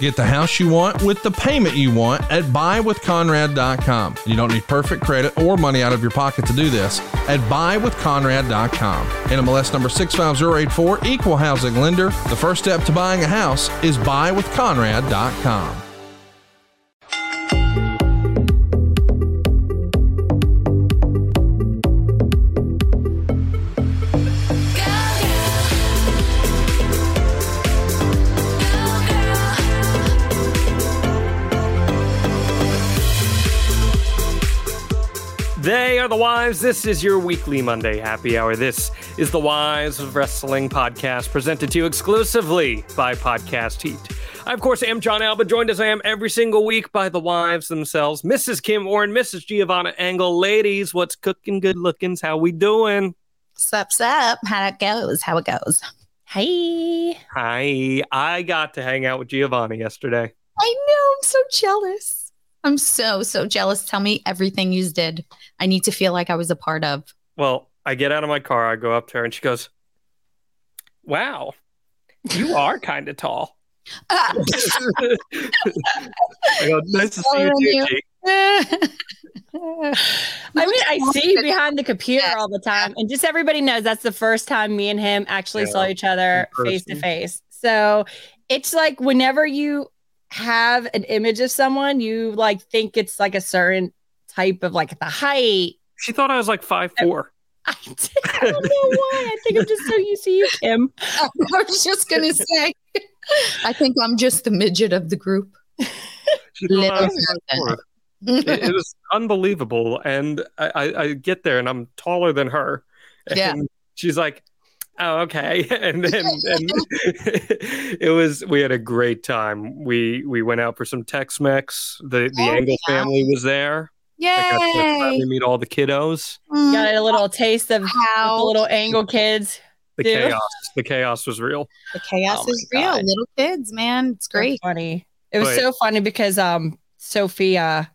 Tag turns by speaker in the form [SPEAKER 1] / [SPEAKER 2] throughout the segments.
[SPEAKER 1] Get the house you want with the payment you want at buywithconrad.com. You don't need perfect credit or money out of your pocket to do this at buywithconrad.com. NMLS number 65084, equal housing lender. The first step to buying a house is buywithconrad.com.
[SPEAKER 2] They are the Wives. This is your weekly Monday happy hour. This is the Wives of Wrestling podcast presented to you exclusively by Podcast Heat. I, of course, am John Alba, joined as I am every single week by the wives themselves, Mrs. Kim Warren, Mrs. Giovanna Angle. Ladies, what's cooking? Good lookings. How we doing?
[SPEAKER 3] Sup, sup. How it goes? How it goes? Hey.
[SPEAKER 2] Hi. I got to hang out with Giovanna yesterday.
[SPEAKER 3] I know. I'm so jealous. I'm so, so jealous. Tell me everything you did. I need to feel like I was a part of.
[SPEAKER 2] Well, I get out of my car, I go up to her, and she goes, Wow, you are kind of tall.
[SPEAKER 3] Ah.
[SPEAKER 2] I go, Nice to see you, too,
[SPEAKER 3] You-
[SPEAKER 2] G."
[SPEAKER 3] I
[SPEAKER 4] I mean, I see you behind the computer all the time, and just everybody knows that's the first time me and him actually
[SPEAKER 2] Yeah,
[SPEAKER 4] saw each other
[SPEAKER 2] in
[SPEAKER 4] face to
[SPEAKER 2] person.
[SPEAKER 4] face. So it's like whenever you have an image of someone, you like think it's like a certain type of like the height.
[SPEAKER 2] She thought I was like five four.
[SPEAKER 4] I, don't know why. I think I'm just so used to you, Kim.
[SPEAKER 3] was just gonna say. I think I'm just the midget of the group.
[SPEAKER 2] She
[SPEAKER 3] Little
[SPEAKER 2] thought I was
[SPEAKER 3] Susan.
[SPEAKER 2] it, it was unbelievable. And I, I, I get there and I'm taller than her. And
[SPEAKER 3] Yeah.
[SPEAKER 2] she's like, Oh, okay. And then and it was we had a great time. We we went out for some Tex Mex. The the
[SPEAKER 3] Oh,
[SPEAKER 2] Angle
[SPEAKER 3] yeah.
[SPEAKER 2] family was there. I got to
[SPEAKER 3] Yay!
[SPEAKER 2] finally meet all the kiddos.
[SPEAKER 3] Mm,
[SPEAKER 4] Got a little taste of the
[SPEAKER 3] How
[SPEAKER 4] little angle kids.
[SPEAKER 2] The
[SPEAKER 4] Dude.
[SPEAKER 2] chaos. The chaos was real.
[SPEAKER 3] the chaos
[SPEAKER 4] Oh
[SPEAKER 3] is
[SPEAKER 4] my
[SPEAKER 3] real.
[SPEAKER 4] God.
[SPEAKER 3] Little kids, man, it's
[SPEAKER 4] so
[SPEAKER 3] great.
[SPEAKER 4] funny. It was
[SPEAKER 2] But-
[SPEAKER 4] so funny because um Sophia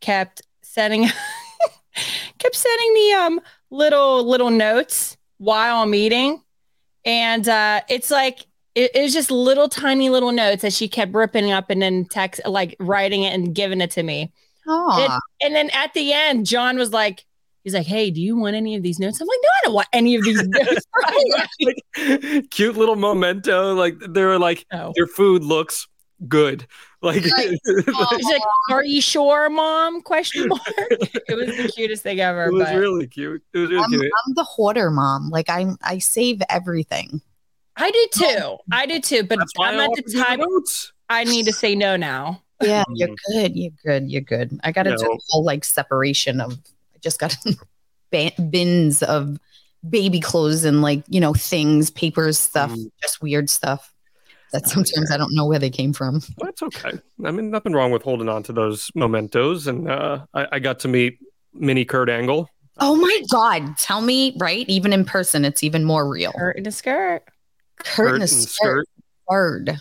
[SPEAKER 4] kept sending kept sending me um little little notes while I'm eating. And uh it's like it, it was just little tiny little notes that she kept ripping up and then text like writing it and giving it to me.
[SPEAKER 3] Aw.
[SPEAKER 4] And then at the end, John was like, he's like, Hey, do you want any of these notes? I'm like, No, I don't want any of these notes. right
[SPEAKER 2] Like, cute little memento. Like they were like,
[SPEAKER 4] now."
[SPEAKER 2] your food looks good. Like,
[SPEAKER 3] Right.
[SPEAKER 2] like,
[SPEAKER 4] She's like, "Are you sure, mom?" Question mark. it was the cutest thing ever.
[SPEAKER 2] it was
[SPEAKER 4] but
[SPEAKER 2] really cute. It was really
[SPEAKER 3] I'm,
[SPEAKER 2] cute.
[SPEAKER 3] I'm the hoarder mom. Like I'm, I save everything.
[SPEAKER 4] I do too. I do too. But
[SPEAKER 2] That's why
[SPEAKER 4] I'm
[SPEAKER 2] I
[SPEAKER 4] at
[SPEAKER 2] offered you
[SPEAKER 4] the time.
[SPEAKER 2] notes.
[SPEAKER 4] I need to say no now.
[SPEAKER 3] Yeah,
[SPEAKER 2] Mm.
[SPEAKER 3] you're good. You're good. You're good. I got
[SPEAKER 2] No.
[SPEAKER 3] into a whole like separation of. I just got ba- bins of baby clothes and like you know things, papers, stuff,
[SPEAKER 2] Mm.
[SPEAKER 3] just weird stuff that
[SPEAKER 4] Oh,
[SPEAKER 3] sometimes I don't know where they came from.
[SPEAKER 2] That's okay. I mean, nothing wrong with holding on to those mementos. And uh, I, I got to meet Minnie Kurt Angle.
[SPEAKER 3] Oh my god! Tell me, right? Even in person, it's even more real.
[SPEAKER 4] Skirt and a skirt.
[SPEAKER 3] Curtain
[SPEAKER 2] and
[SPEAKER 3] is skirt. Word.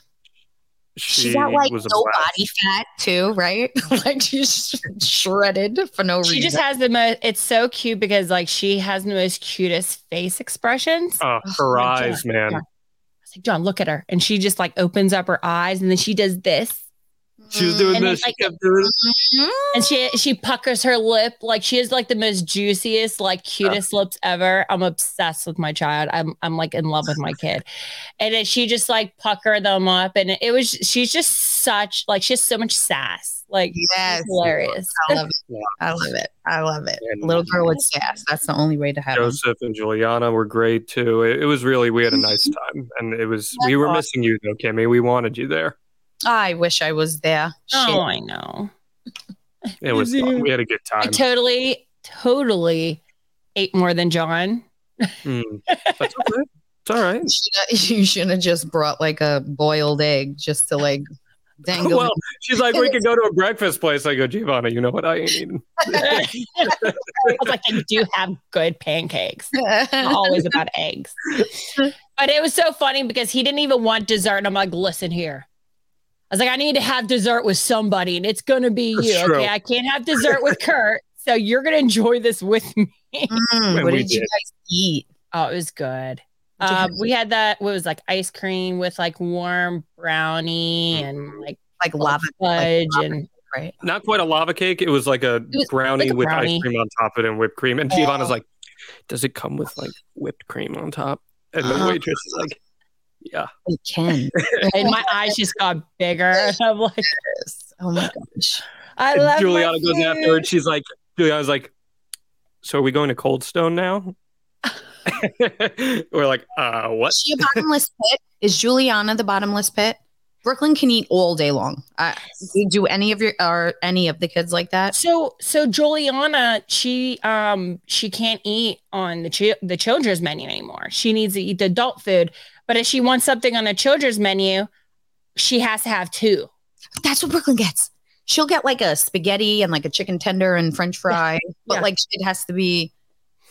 [SPEAKER 3] She, got like
[SPEAKER 2] was a
[SPEAKER 3] no
[SPEAKER 2] blast.
[SPEAKER 3] body fat too, right? like she's sh- shredded for no reason.
[SPEAKER 4] She just has the most. It's so cute because like she has the most cutest face expressions. I
[SPEAKER 2] Uh, her
[SPEAKER 4] Oh,
[SPEAKER 2] eyes, man.
[SPEAKER 4] yeah. was like, John, look at her, and she just like opens up her eyes, and then she does this,
[SPEAKER 2] She was doing
[SPEAKER 4] And
[SPEAKER 2] this.
[SPEAKER 4] then,
[SPEAKER 2] She kept doing
[SPEAKER 4] and she she puckers her lip like she is like the most juiciest, like cutest lips ever. I'm obsessed with my child. I'm I'm like in love with my kid, and then she just like pucker them up, and it was she's just such like she has so much sass. Like she's
[SPEAKER 3] Yes.
[SPEAKER 4] hilarious.
[SPEAKER 3] I love it. I love it. I love it.
[SPEAKER 2] And-
[SPEAKER 3] Little girl with sass. That's the only way to have them.
[SPEAKER 2] Joseph and Juliana were great too. It, it was really, we had a nice time. And it was, we were
[SPEAKER 3] awesome.
[SPEAKER 2] missing you though, Kimmy. We wanted you there.
[SPEAKER 3] I wish I was there. Shit.
[SPEAKER 4] Oh, I know.
[SPEAKER 2] It was fun. We had a good
[SPEAKER 4] I
[SPEAKER 2] time.
[SPEAKER 4] totally, totally ate more than John.
[SPEAKER 2] Mm. That's okay. It's all right.
[SPEAKER 3] You shoulda- You should have just brought like a boiled egg just to like dangle.
[SPEAKER 2] Well,
[SPEAKER 3] it.
[SPEAKER 2] she's like, we could go to a breakfast place. I go, Giovanna, you know what? I ain't eating.
[SPEAKER 4] I was like, I do have good pancakes. Not always about eggs. But it was so funny because he didn't even want dessert. And I'm like, listen here. I was like, I need to have dessert with somebody, and it's gonna be
[SPEAKER 2] That's
[SPEAKER 4] you.
[SPEAKER 2] true.
[SPEAKER 4] Okay. I can't have dessert with Kurt. So you're gonna enjoy this with me.
[SPEAKER 3] Mm,
[SPEAKER 2] And
[SPEAKER 3] what
[SPEAKER 2] we
[SPEAKER 3] did you
[SPEAKER 2] did.
[SPEAKER 3] guys eat?
[SPEAKER 4] Oh, it was good. Uh, we had that. What was like ice cream with like warm brownie and like
[SPEAKER 3] like lava like
[SPEAKER 4] fudge
[SPEAKER 3] lava,
[SPEAKER 4] and
[SPEAKER 3] right?
[SPEAKER 2] Not quite a lava cake. It was like a
[SPEAKER 4] was
[SPEAKER 2] brownie
[SPEAKER 4] like a
[SPEAKER 2] with
[SPEAKER 4] brownie.
[SPEAKER 2] ice cream on top of it and whipped cream. And
[SPEAKER 4] Oh.
[SPEAKER 2] Giovanna's like, does it come with like whipped cream on top? And the
[SPEAKER 3] Oh.
[SPEAKER 2] waitress is like, yeah.
[SPEAKER 3] It can.
[SPEAKER 4] and my eyes just got bigger. And I'm like,
[SPEAKER 3] Oh my gosh.
[SPEAKER 4] I
[SPEAKER 2] And
[SPEAKER 4] love.
[SPEAKER 2] Juliana
[SPEAKER 4] my
[SPEAKER 2] goes
[SPEAKER 4] food.
[SPEAKER 2] after her. and She's like, Juliana's like, so are we going to Cold Stone now? We're like, uh, what?
[SPEAKER 3] Is she a bottomless pit? Is Juliana the bottomless pit? Brooklyn can eat all day long. I, do any of your or any of the kids like that?
[SPEAKER 4] So so Juliana, she um she can't eat on the chi- the children's menu anymore. She needs to eat the adult food. But if she wants something on the children's menu, she has to have two.
[SPEAKER 3] That's what Brooklyn gets. She'll get like a spaghetti and like a chicken tender and French fry, but
[SPEAKER 4] Yeah.
[SPEAKER 3] like it has to be,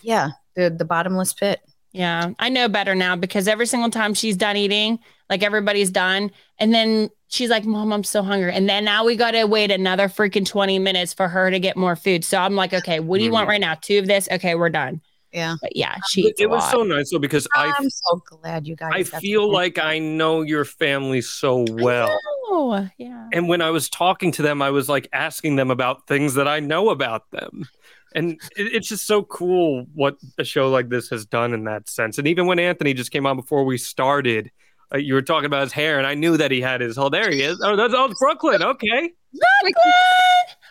[SPEAKER 3] yeah, the the bottomless pit.
[SPEAKER 4] Yeah, I know better now because every single time she's done eating, like everybody's done, and then she's like, "Mom, I'm so hungry," and then now we gotta wait another freaking twenty minutes for her to get more food. So I'm like, "Okay, what do you want
[SPEAKER 2] Mm-hmm.
[SPEAKER 4] right now? Two of this? Okay, we're done."
[SPEAKER 3] Yeah.
[SPEAKER 4] But yeah, she
[SPEAKER 2] Um, It,
[SPEAKER 4] eats a
[SPEAKER 2] was
[SPEAKER 4] lot. Um,
[SPEAKER 2] so nice though because I
[SPEAKER 3] I'm so glad you guys.
[SPEAKER 2] I
[SPEAKER 3] got
[SPEAKER 2] feel
[SPEAKER 3] together.
[SPEAKER 2] like I know your family so well.
[SPEAKER 4] Oh, yeah.
[SPEAKER 2] And when I was talking to them, I was like asking them about things that I know about them. And it, it's just so cool what a show like this has done in that sense. And even when Anthony just came on before we started, uh, you were talking about his hair, and I knew that he had his. Oh, there he is. Oh, that's oh, it's Brooklyn. Okay.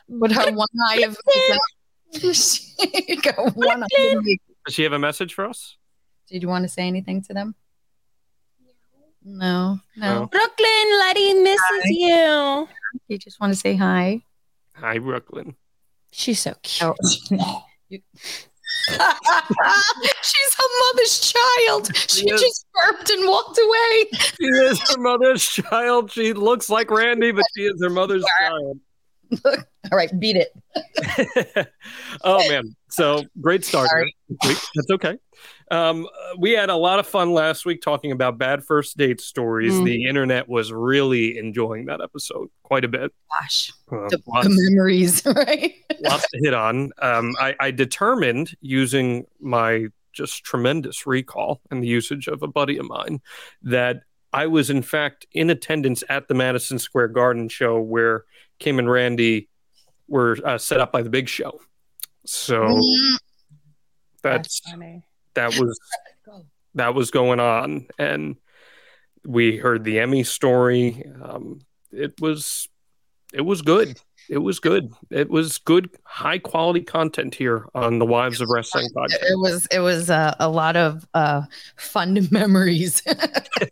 [SPEAKER 3] with her one eye of she got one eye. of-
[SPEAKER 2] Does she have a message for us?
[SPEAKER 3] Did you want to say anything to them? No, no.
[SPEAKER 2] No.
[SPEAKER 4] Brooklyn, Letty misses you.
[SPEAKER 3] You just want to say hi.
[SPEAKER 2] Hi, Brooklyn.
[SPEAKER 4] She's so cute.
[SPEAKER 3] Oh. You- She's her mother's child. She
[SPEAKER 2] Yes.
[SPEAKER 3] just burped and walked away.
[SPEAKER 2] She is her mother's child. She looks like Randy, but she is her mother's child.
[SPEAKER 3] All right, beat it.
[SPEAKER 2] oh man so great start
[SPEAKER 3] Sorry.
[SPEAKER 2] this week. that's okay um, uh, we had a lot of fun last week talking about bad first date stories
[SPEAKER 4] Mm.
[SPEAKER 2] the internet was really enjoying that episode quite a bit
[SPEAKER 3] Gosh,
[SPEAKER 2] Uh,
[SPEAKER 3] the, the
[SPEAKER 2] lots,
[SPEAKER 3] memories, right?
[SPEAKER 2] lots to hit on um, I, I determined using my just tremendous recall and the usage of a buddy of mine that i was in fact in attendance at the madison square garden show where kim and randy were uh, set up by the big show so
[SPEAKER 3] Mm,
[SPEAKER 2] that's
[SPEAKER 4] funny.
[SPEAKER 2] that was
[SPEAKER 3] Go.
[SPEAKER 2] that was going on and we heard the emmy story um, it was it was good it was good it was good high quality content here on the wives of wrestling podcast
[SPEAKER 3] It was it was uh, a lot of uh, fun memories.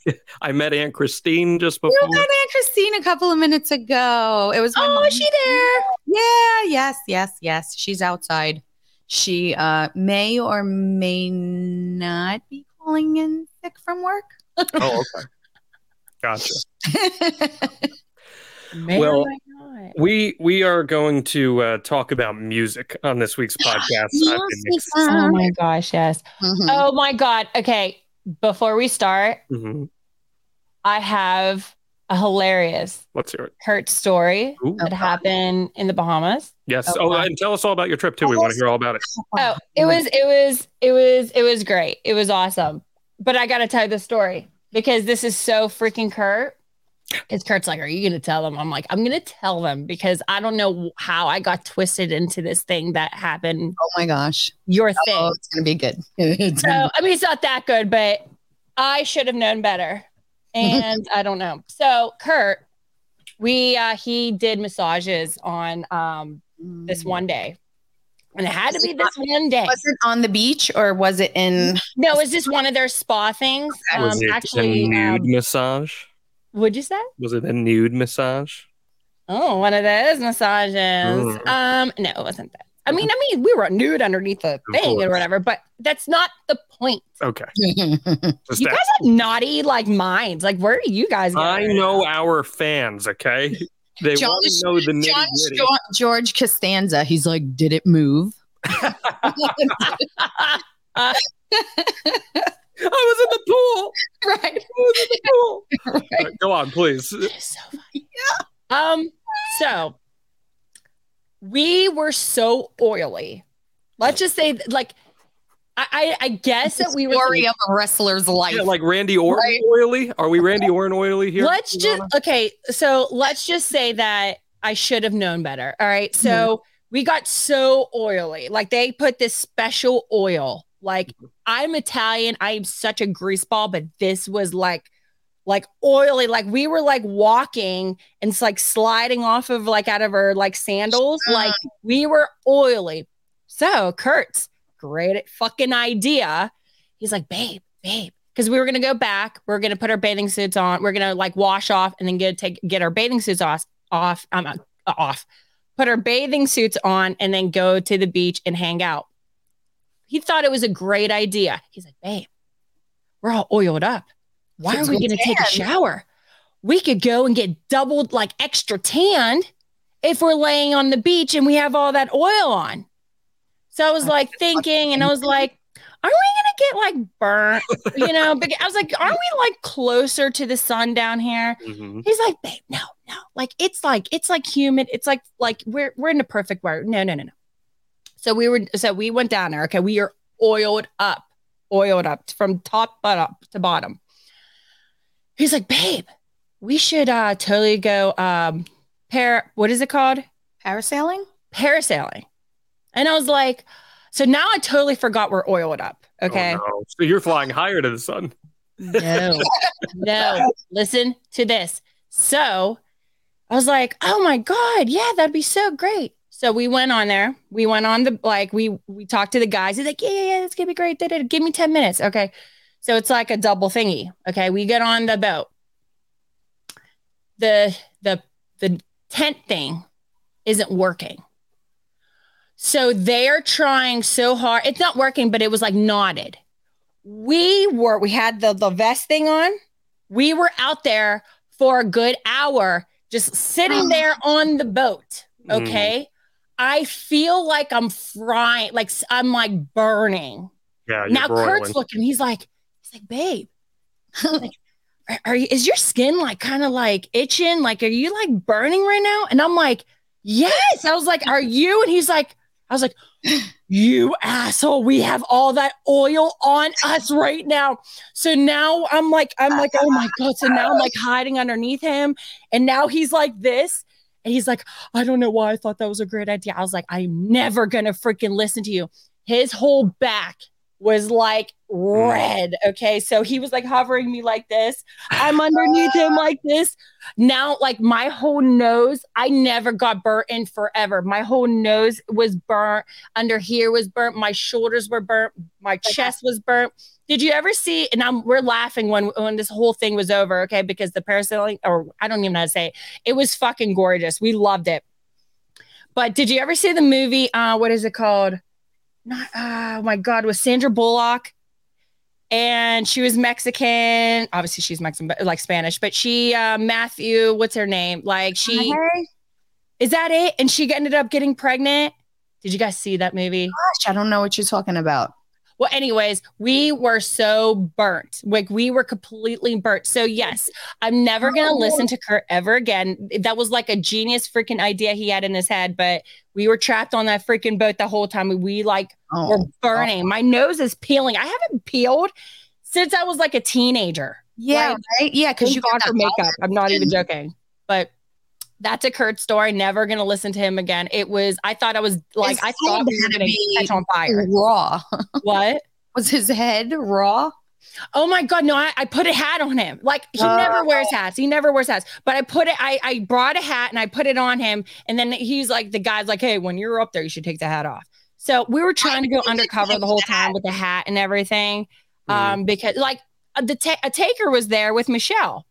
[SPEAKER 3] you
[SPEAKER 2] i met aunt christine just before
[SPEAKER 3] met Aunt Christine a couple of minutes ago. It was my
[SPEAKER 4] Oh,
[SPEAKER 3] mom.
[SPEAKER 4] is she there?
[SPEAKER 3] Yeah, yes, yes, yes. She's outside. She uh, may or may not be calling in sick from work.
[SPEAKER 2] oh okay gotcha
[SPEAKER 4] Man,
[SPEAKER 2] Well,
[SPEAKER 4] why not?
[SPEAKER 2] we we are going to uh, talk about music on this week's podcast I've been ex-
[SPEAKER 4] oh
[SPEAKER 3] Uh-huh.
[SPEAKER 4] my gosh, yes.
[SPEAKER 3] Mhm.
[SPEAKER 4] Oh my god. Okay, before we start,
[SPEAKER 2] Mhm.
[SPEAKER 4] I have a hilarious
[SPEAKER 2] let's hear it
[SPEAKER 4] Kurt story
[SPEAKER 2] Ooh.
[SPEAKER 4] that happened in the Bahamas.
[SPEAKER 2] yes
[SPEAKER 4] Oh,
[SPEAKER 2] oh
[SPEAKER 4] wow.
[SPEAKER 2] and tell us all about your trip too we want to hear all about it
[SPEAKER 4] Oh, it was it was it was it was great. It was awesome. But I gotta tell you the story because this is so freaking Kurt. Because Kurt's like, "Are you gonna tell them?" I'm like, "I'm gonna tell them because I don't know how I got twisted into this thing that happened.
[SPEAKER 3] Oh my gosh.
[SPEAKER 4] Your thing.
[SPEAKER 3] Oh, it's gonna be good. It's
[SPEAKER 4] So
[SPEAKER 3] gonna
[SPEAKER 4] I mean, it's not that good, but I should have known better, and I don't know. So Kurt, we uh, he did massages on um,
[SPEAKER 3] be-
[SPEAKER 4] this one day, and it had to be this one day.
[SPEAKER 3] Was it on the beach or was it in?
[SPEAKER 4] No, it was just one of their spa things. Um,
[SPEAKER 2] was it
[SPEAKER 4] actually,
[SPEAKER 2] a nude
[SPEAKER 4] um,
[SPEAKER 2] massage
[SPEAKER 4] would you say?
[SPEAKER 2] Was it a nude massage?
[SPEAKER 4] Oh, one of those massages.
[SPEAKER 2] Mm.
[SPEAKER 4] Um, no, it wasn't that. I mean, I mean, we were nude underneath the thing
[SPEAKER 2] Mm-hmm. course.
[SPEAKER 4] or whatever, but that's not the point.
[SPEAKER 2] Okay. Just
[SPEAKER 4] You
[SPEAKER 2] that.
[SPEAKER 4] guys have naughty like minds. Like, where do you guys?
[SPEAKER 2] I
[SPEAKER 4] going?
[SPEAKER 2] know our fans, okay? They
[SPEAKER 3] John-
[SPEAKER 2] want to know the
[SPEAKER 3] John
[SPEAKER 2] nitty gritty.
[SPEAKER 3] Geor- George Costanza. He's like, did it move?
[SPEAKER 2] I was in the pool.
[SPEAKER 3] right.
[SPEAKER 2] I was in the pool. All right, go on, please.
[SPEAKER 4] so funny. Um, so we were so oily. Let's just say, like, I, I, I guess that we were
[SPEAKER 3] story of a wrestler's life.
[SPEAKER 2] Yeah, like Randy Orton
[SPEAKER 3] Right.
[SPEAKER 2] oily? Are we Randy Orton oily here?
[SPEAKER 4] Let's just
[SPEAKER 2] Ivana?
[SPEAKER 4] okay. So let's just say that I should have known better. All right. So we got so oily. Like they put this special oil. Like I'm Italian. I am such a greaseball, but this was like like oily. Like we were like walking and it's like sliding off of like out of our like sandals. Like we were oily. So Kurt's great fucking idea. He's like, babe, babe, because we were gonna go back. We are gonna put our bathing suits on. We're gonna like wash off and then get take get our bathing suits off off. I'm uh, off. Put our bathing suits on and then go to the beach and hang out. He thought it was a great idea. He's like, babe, we're all oiled up. Why
[SPEAKER 3] Let's
[SPEAKER 4] are we
[SPEAKER 3] go
[SPEAKER 4] gonna take a
[SPEAKER 3] tan."
[SPEAKER 4] shower? We could go and get doubled like extra tanned if we're laying on the beach and we have all that oil on. So I was like thinking, and I was like, aren't we gonna get like burnt? You know, but I was like, aren't we like closer to the sun down here?
[SPEAKER 2] Mhm.
[SPEAKER 4] He's like, babe, no, no. Like it's like it's like humid. It's like like we're we're in the perfect world. No, no, no, no. So we were so we went down there. Okay, we are oiled up, oiled up from top but up to bottom. He's like, babe, we should uh totally go um pair what is it called?
[SPEAKER 3] Parasailing?
[SPEAKER 4] parasailing. And I was like, so now I totally forgot we're oiled up.
[SPEAKER 2] Oh,
[SPEAKER 4] Okay.
[SPEAKER 2] no. So you're flying higher to the sun.
[SPEAKER 4] No, no. Listen to this. So I was like, oh my God, yeah, that'd be so great. So we went on there. We went on the like we we talked to the guys. He's like, yeah, yeah, yeah, that's gonna be great. Da, da, da. Give me 10 minutes. Okay. So it's like a double thingy. Okay. We get on the boat. The the the tent thing isn't working. So they're trying so hard. It's not working, but it was like knotted we were we had the the vest thing on we were out there for a good hour just sitting there on the boat
[SPEAKER 2] Mm.
[SPEAKER 4] okay i feel like i'm frying like s- i'm like burning
[SPEAKER 2] Mm-hmm. Yeah, you're
[SPEAKER 4] now
[SPEAKER 2] broiling.
[SPEAKER 4] kurt's looking he's like he's like babe like are, are you is your skin like kind of like itching like are you like burning right now and i'm like yes i was like are you and he's like i was like you asshole we have all that oil on us right now so now i'm like i'm like oh my god so now i'm like hiding underneath him and now he's like this and he's like i don't know why i thought that was a great idea i was like i'm never gonna freaking listen to you his whole back was like red okay so he was like hovering me like this i'm underneath him like this now like my whole nose i never got burnt in forever my whole nose was burnt under here was burnt my shoulders were burnt my chest was burnt did you ever see and i'm we're laughing when when this whole thing was over okay because the parasailing or i don't even know how to say it it was fucking gorgeous we loved it but did you ever see the movie uh what is it called not oh my god was sandra bullock and she was Mexican. Obviously, she's Mexican, but like Spanish. But she, uh, Matthew, what's her name? Like she
[SPEAKER 3] Uh-huh.
[SPEAKER 4] is that it? And she ended up getting pregnant. Did you guys see that movie?
[SPEAKER 3] Gosh, I don't know what you're talking about.
[SPEAKER 4] Well, anyways, we were so burnt. Like we were completely burnt. So yes, I'm never gonna listen to Kurt ever again. That was like a genius freaking idea he had in his head, but we were trapped on that freaking boat the whole time. We like were
[SPEAKER 3] Oh.
[SPEAKER 4] burning. My nose is peeling. I haven't peeled since I was like a teenager.
[SPEAKER 3] Yeah,
[SPEAKER 4] Like,
[SPEAKER 3] right? Yeah, because
[SPEAKER 4] Thank
[SPEAKER 3] you
[SPEAKER 4] God
[SPEAKER 3] got
[SPEAKER 4] for
[SPEAKER 3] that
[SPEAKER 4] makeup. I'm not even
[SPEAKER 3] and-
[SPEAKER 4] joking. But that's a Kurt story. Never gonna listen to him again. It was. I thought I was like.
[SPEAKER 3] His
[SPEAKER 4] I thought
[SPEAKER 3] head
[SPEAKER 4] we were
[SPEAKER 3] had to
[SPEAKER 4] gonna
[SPEAKER 3] be
[SPEAKER 4] catch on fire.
[SPEAKER 3] raw.
[SPEAKER 4] what?
[SPEAKER 3] Was his head raw?
[SPEAKER 4] Oh my god, no, I, I put a hat on him. Like he
[SPEAKER 3] Oh.
[SPEAKER 4] never wears hats. He never wears hats. But I put it, I, I brought a hat and I put it on him. And then he's like, the guy's like, hey, when you're up there, you should take the hat off. So we were trying to go
[SPEAKER 3] didn't
[SPEAKER 4] undercover
[SPEAKER 3] like
[SPEAKER 4] the whole
[SPEAKER 3] that.
[SPEAKER 4] time with the hat and everything.
[SPEAKER 2] Mhm.
[SPEAKER 4] Um, because like uh, the ta- a taker was there with Michelle,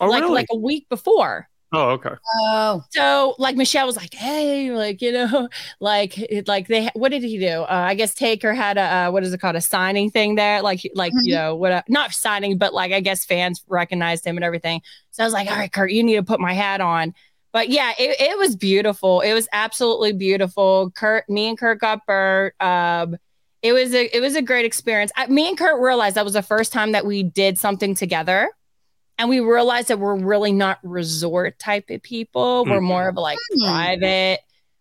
[SPEAKER 2] oh,
[SPEAKER 4] like
[SPEAKER 2] really?
[SPEAKER 4] like a week before.
[SPEAKER 2] oh, okay.
[SPEAKER 3] Oh,
[SPEAKER 4] So like Michelle was like, hey, like you know, like it- like they what did he do? Uh, I guess Taker had a uh, what is it called a signing thing there, like like you know what a, not signing, but like I guess fans recognized him and everything. So I was like, all right, Kurt, you need to put my hat on. But yeah, it, it was beautiful. It was absolutely beautiful. Kurt, me and Kurt got burnt. Um, it was a it was a great experience. I, me and Kurt realized that was the first time that we did something together, and we realized that we're really not resort type of people. We're
[SPEAKER 2] Mhm.
[SPEAKER 4] more of like
[SPEAKER 3] Hmm.
[SPEAKER 4] private.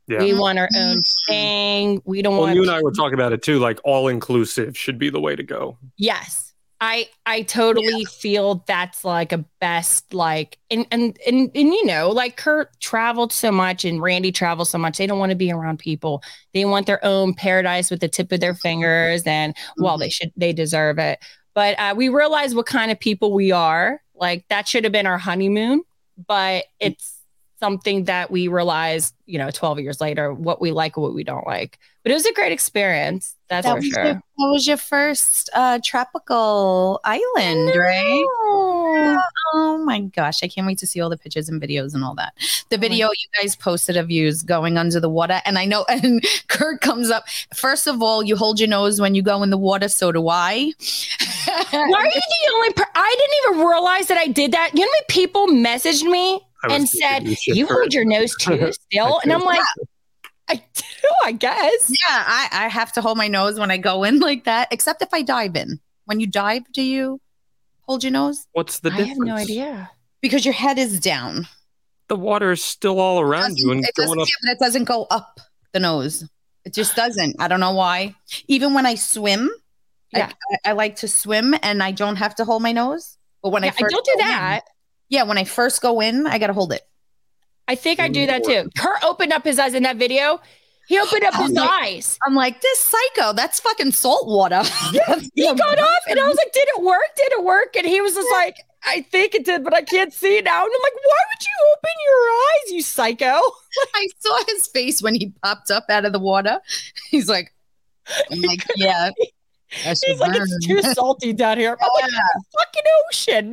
[SPEAKER 2] Yeah.
[SPEAKER 4] We want our own
[SPEAKER 3] Mm-hmm.
[SPEAKER 4] thing. We don't
[SPEAKER 2] Well,
[SPEAKER 4] want
[SPEAKER 2] you and I were talking about it too. Like all inclusive should be the way to go.
[SPEAKER 4] Yes. I I totally feel that's like a best like and and and and you know like Kurt traveled so much and Randy traveled so much they don't want to be around people they want their own paradise with the tip of their fingers and well they should they deserve it but uh, we realize what kind of people we are like that should have been our honeymoon but it's something that we realize you know 12 years later what we like what we don't like but it was a great experience that's
[SPEAKER 3] that
[SPEAKER 4] for
[SPEAKER 3] was
[SPEAKER 4] sure.
[SPEAKER 3] your, that was your first uh, tropical island, right?
[SPEAKER 4] No.
[SPEAKER 3] Oh my gosh, I can't wait to see all the pictures and videos and all that. The
[SPEAKER 4] my
[SPEAKER 3] video you guys posted of you is going under the water, and I know. And Kurt comes up. First of all, you hold your nose when you go in the water. So do I.
[SPEAKER 4] Why are you the only per- I didn't even realize that I did that. You know how many people messaged me
[SPEAKER 2] I was
[SPEAKER 4] and
[SPEAKER 2] thinking
[SPEAKER 4] said,
[SPEAKER 2] you
[SPEAKER 4] You,
[SPEAKER 2] should hurt.
[SPEAKER 4] hold your nose too still? and I'm like, I do, I guess.
[SPEAKER 3] yeah, I, I have to hold my nose when I go in like that, except if I dive in. When you dive, do you hold your nose?
[SPEAKER 2] What's the
[SPEAKER 4] I
[SPEAKER 2] difference?
[SPEAKER 4] have no idea.
[SPEAKER 3] Because your head is down.
[SPEAKER 2] The water is still all around you and
[SPEAKER 3] it doesn't,
[SPEAKER 2] going up.
[SPEAKER 3] yeah, but it doesn't go up the nose. It just doesn't. I don't know why. Even when I swim, I-
[SPEAKER 4] Yeah.
[SPEAKER 3] I, I like to swim and I don't have to hold my nose. But when
[SPEAKER 4] Yeah,
[SPEAKER 3] I
[SPEAKER 4] I
[SPEAKER 3] first
[SPEAKER 4] don't do
[SPEAKER 3] go in-
[SPEAKER 4] that.
[SPEAKER 3] yeah, when I first go in, I gotta hold it.
[SPEAKER 4] I think I
[SPEAKER 2] Mm.
[SPEAKER 4] do that too. Kurt opened up his eyes in that video. He opened up
[SPEAKER 3] Oh,
[SPEAKER 4] his
[SPEAKER 3] no.
[SPEAKER 4] eyes.
[SPEAKER 3] I'm like, this psycho, that's fucking salt water.
[SPEAKER 4] He got off and I was like, Did it work? Did it work? And he was just like, I think it did, but I can't see it now. And I'm like, Why would you open your eyes, you psycho?
[SPEAKER 3] I saw his face when he popped up out of the water. He's like, I'm like, yeah. that should
[SPEAKER 4] He's like, It's
[SPEAKER 3] burn."
[SPEAKER 4] too salty down here. I'm like, Fucking ocean.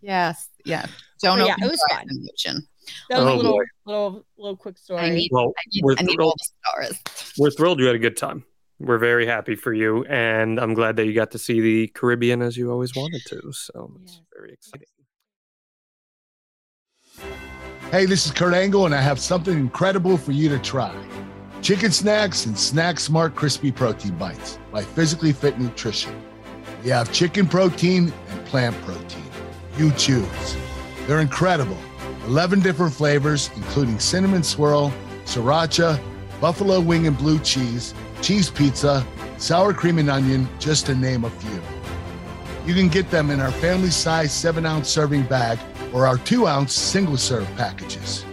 [SPEAKER 3] Yes, yeah. Don't
[SPEAKER 4] Yeah,
[SPEAKER 3] open
[SPEAKER 4] it was
[SPEAKER 3] your eyes
[SPEAKER 4] fun.
[SPEAKER 3] in the ocean.
[SPEAKER 4] That was
[SPEAKER 2] Oh,
[SPEAKER 4] a little,
[SPEAKER 2] boy.
[SPEAKER 4] little, little quick story.
[SPEAKER 3] I need,
[SPEAKER 2] Well,
[SPEAKER 3] I need,
[SPEAKER 2] we're
[SPEAKER 3] I need all
[SPEAKER 2] thrilled.
[SPEAKER 3] the stars.
[SPEAKER 2] We're thrilled you had a good time. We're very happy for you, and I'm glad that you got to see the Caribbean as you always wanted to. So it's
[SPEAKER 4] Yes.
[SPEAKER 2] very exciting.
[SPEAKER 5] Hey, this is Kurt Angle, and I have something incredible for you to try chicken snacks and snack smart crispy protein bites by Physically Fit Nutrition. You have chicken protein and plant protein. You choose. They're incredible. 11 different flavors, including cinnamon swirl, sriracha, buffalo wing and blue cheese, cheese pizza, sour cream and onion, just to name a few. You can get them in our family size 7 ounce serving bag or our two ounce single serve packages.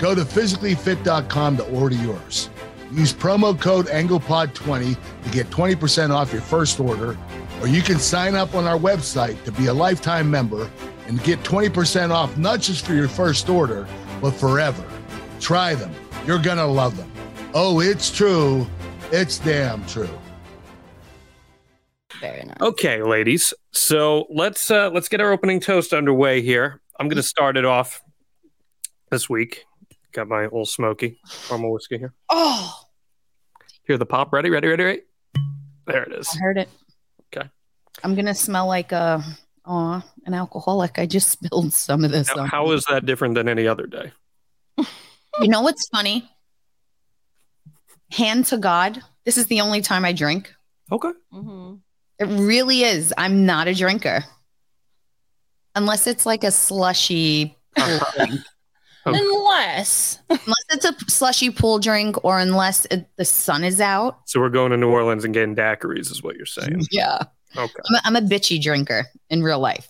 [SPEAKER 5] Go to physicallyfit.com to order yours. Use promo code AnglePod20 to get 20% off your first order, or you can sign up on our website to be a lifetime member and get 20% off not just for your first order, but forever. Try them. You're going to love them. Oh, it's true. It's damn true.
[SPEAKER 4] Very nice.
[SPEAKER 2] Okay, ladies. So let's uh, let's get our opening toast underway here. I'm going to start it off this week. Got my old smoky caramel whiskey here.
[SPEAKER 3] Oh,
[SPEAKER 2] Hear the pop? Ready? Ready? Ready? Ready? There it
[SPEAKER 3] I
[SPEAKER 2] is.
[SPEAKER 3] heard it.
[SPEAKER 2] Okay.
[SPEAKER 3] I'm gonna smell like a aw, an alcoholic. I just spilled some of this.
[SPEAKER 2] How-
[SPEAKER 3] on
[SPEAKER 2] how
[SPEAKER 3] me.
[SPEAKER 2] is that different than any other day?
[SPEAKER 3] you know what's funny? Hand to God. This is the only time I drink.
[SPEAKER 2] Okay.
[SPEAKER 4] hmm
[SPEAKER 3] It really is. I'm not a drinker. Unless it's like a slushy
[SPEAKER 4] Unless
[SPEAKER 3] unless it's a slushy pool drink or unless it, the sun is out.
[SPEAKER 2] So we're going to New Orleans and getting daiquiris, is what you're saying.
[SPEAKER 3] Yeah.
[SPEAKER 2] Okay.
[SPEAKER 3] I'm a, I'm a bitchy drinker in real life.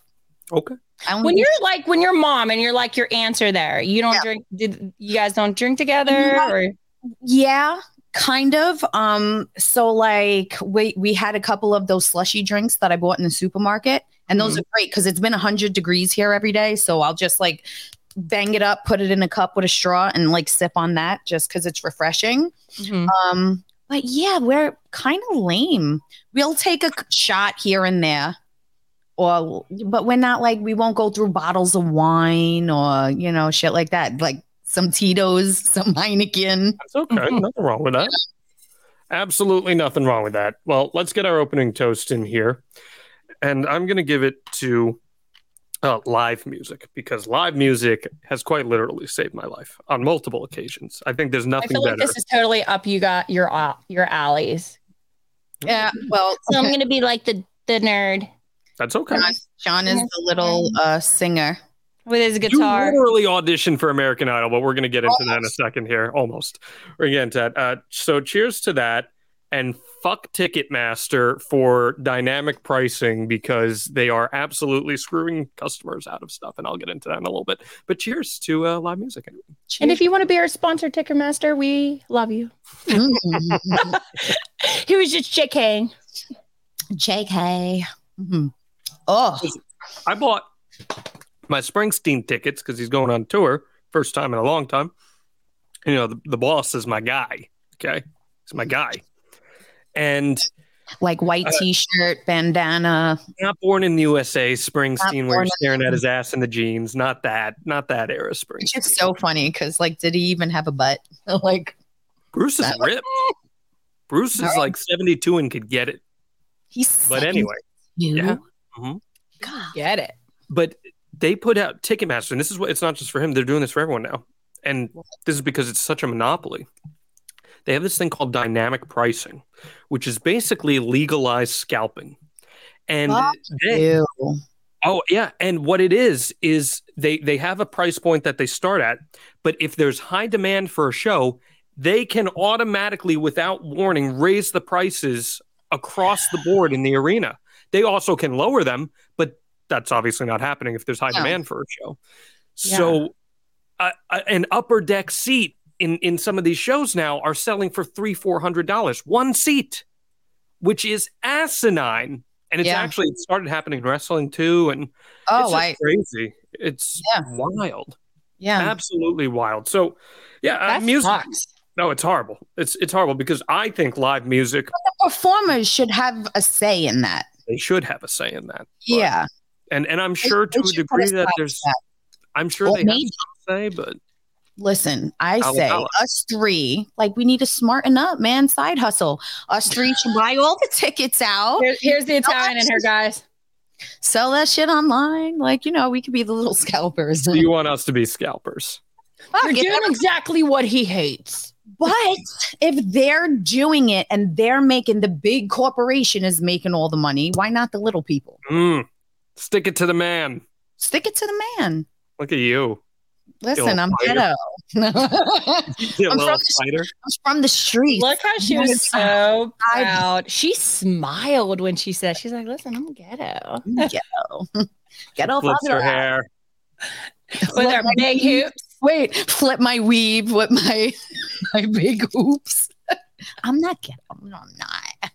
[SPEAKER 2] Okay.
[SPEAKER 3] I only
[SPEAKER 4] when you're like when your mom and you're like your aunts are there, you don't
[SPEAKER 3] Yeah.
[SPEAKER 4] drink. Did you guys don't drink together?
[SPEAKER 3] Yeah.
[SPEAKER 4] Or
[SPEAKER 3] yeah, kind of. Um, so like we we had a couple of those slushy drinks that I bought in the supermarket, and those are great because it's been hundred degrees here every day. So I'll just like bang it up, put it in a cup with a straw, and like sip on that just because it's refreshing.
[SPEAKER 4] Mm-hmm. uh,
[SPEAKER 3] Um, but yeah, we're kind of lame. We'll take a c- shot here and there. Or, but we're not like we won't go through bottles of wine or you know shit like that. Like some Tito's, some Heineken.
[SPEAKER 2] That's okay.
[SPEAKER 4] Mm-hmm.
[SPEAKER 2] nothing wrong with that. Absolutely nothing wrong with that. Well, let's get our opening toast in here. And I'm going to give it to uh, live music because live music has quite literally saved my life on multiple occasions. I think there's
[SPEAKER 4] I
[SPEAKER 2] nothing
[SPEAKER 4] feel like
[SPEAKER 2] better.
[SPEAKER 4] this is totally up you got your uh, your alleys.
[SPEAKER 3] Yeah, well,
[SPEAKER 4] So I'm gonna be like the the nerd.
[SPEAKER 2] That's okay.
[SPEAKER 3] Sean, Sean is the little uh, singer.
[SPEAKER 4] with his
[SPEAKER 2] You
[SPEAKER 4] guitar.
[SPEAKER 2] literally auditioned for American Idol, but we're going to get into that in a second here. Almost. We're going to get into that. Uh, so, cheers to that. And fuck Ticketmaster for dynamic pricing because they are absolutely screwing customers out of stuff. And I'll get into that in a little bit. But cheers to uh, live music.
[SPEAKER 4] And if you want to be our sponsor, Ticketmaster, we love you.
[SPEAKER 3] Mm.
[SPEAKER 4] He was just JK.
[SPEAKER 3] JK. Mhm. Oh,
[SPEAKER 2] I bought my Springsteen tickets because he's going on tour, first time in a long time. You know, the, the boss is my guy. Okay. He's my guy. And
[SPEAKER 3] like white
[SPEAKER 2] Uh,
[SPEAKER 3] t-shirt, bandana.
[SPEAKER 2] not born in the USA, Springsteen, where
[SPEAKER 3] born
[SPEAKER 2] he's
[SPEAKER 3] in-
[SPEAKER 2] staring at his ass in the jeans. Not that, not that era, Springsteen.
[SPEAKER 3] It's just so funny because, like, did he even have a butt? like,
[SPEAKER 2] Bruce is
[SPEAKER 3] that-
[SPEAKER 2] ripped. Bruce is
[SPEAKER 3] Alright.
[SPEAKER 2] like 72 and could get it.
[SPEAKER 3] he's.
[SPEAKER 2] But anyway,
[SPEAKER 3] you.
[SPEAKER 2] yeah. Mhm.
[SPEAKER 3] God.
[SPEAKER 4] Get it.
[SPEAKER 2] but they put out Ticketmaster, and this is what it's not just for him. They're doing this for everyone now, and this is because it's such a monopoly. They have this thing called dynamic pricing, which is basically legalized scalping. And
[SPEAKER 3] Fuck
[SPEAKER 2] they,
[SPEAKER 3] Ew.
[SPEAKER 2] Oh yeah, and what it is is they they have a price point that they start at, but if there's high demand for a show, they can automatically without warning raise the prices across the board in the arena. They also can lower them, but that's obviously not happening if there's high
[SPEAKER 3] No.
[SPEAKER 2] demand for a show. So uh, uh, an upper deck seat in in some of these shows now are selling for three four hundred dollars one seat, which is asinine. And it's
[SPEAKER 3] Yeah.
[SPEAKER 2] actually it started happening in wrestling too, and it's
[SPEAKER 3] Oh,
[SPEAKER 2] just
[SPEAKER 3] I.
[SPEAKER 2] crazy. It's
[SPEAKER 3] Yeah.
[SPEAKER 2] wild,
[SPEAKER 3] Yeah.
[SPEAKER 2] absolutely wild. So, yeah, uh,
[SPEAKER 4] That
[SPEAKER 2] music.
[SPEAKER 4] sucks.
[SPEAKER 2] No, it's horrible. It's it's horrible because I think live music
[SPEAKER 3] Performers should have a say in that.
[SPEAKER 2] they should have a say in that,
[SPEAKER 3] Yeah.
[SPEAKER 2] and and I'm
[SPEAKER 3] They-
[SPEAKER 2] sure
[SPEAKER 3] they
[SPEAKER 2] to a
[SPEAKER 3] should put
[SPEAKER 2] degree
[SPEAKER 3] aside
[SPEAKER 2] that there's
[SPEAKER 3] that.
[SPEAKER 2] I'm sure
[SPEAKER 3] Well,
[SPEAKER 2] they have
[SPEAKER 3] maybe.
[SPEAKER 2] some say, but
[SPEAKER 3] Listen, I
[SPEAKER 2] Dollar,
[SPEAKER 3] say
[SPEAKER 2] dollar.
[SPEAKER 3] us three, like we need to smarten up, man. Side hustle. Us three should buy all the tickets out,
[SPEAKER 4] Here- here's the Italian in here, guys.
[SPEAKER 3] sell that shit online. Like, you know, we could be the little scalpers.
[SPEAKER 2] do you want us to be scalpers?
[SPEAKER 3] Fuck
[SPEAKER 4] You're
[SPEAKER 3] it.
[SPEAKER 4] doing exactly what he hates.
[SPEAKER 3] But if they're doing it and they're making the big corporation is making all the money, why not the little people?
[SPEAKER 2] Mm. Stick it to the man.
[SPEAKER 3] Stick it to the man.
[SPEAKER 2] Look at you,
[SPEAKER 3] Listen,
[SPEAKER 2] Little
[SPEAKER 3] I'm
[SPEAKER 2] fighter.
[SPEAKER 3] ghetto. I'm
[SPEAKER 2] you
[SPEAKER 3] I'm
[SPEAKER 2] little
[SPEAKER 3] from the-
[SPEAKER 2] fighter.
[SPEAKER 3] from the streets.
[SPEAKER 4] Look how she was so
[SPEAKER 3] I-
[SPEAKER 4] proud. She smiled when she said, "She's like, listen, I'm ghetto
[SPEAKER 3] I'm ghetto. ghetto.
[SPEAKER 2] Flips her
[SPEAKER 3] father.
[SPEAKER 2] hair.
[SPEAKER 4] with her
[SPEAKER 3] my
[SPEAKER 4] big
[SPEAKER 3] weave-
[SPEAKER 4] hoops."
[SPEAKER 3] Wait, flip my weave with my my big hoops. I'm not ghetto. No, I'm not.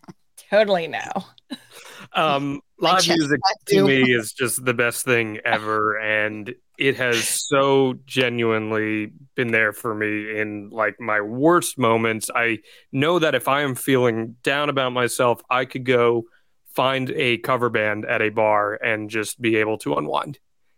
[SPEAKER 4] Totally no.
[SPEAKER 2] Um,
[SPEAKER 3] My
[SPEAKER 2] live
[SPEAKER 3] chest
[SPEAKER 2] music
[SPEAKER 3] tattoo.
[SPEAKER 2] to me is just the best thing ever and it has so genuinely been there for me in like my worst moments i know that if i am feeling down about myself i could go find a cover band at a bar and just be able to unwind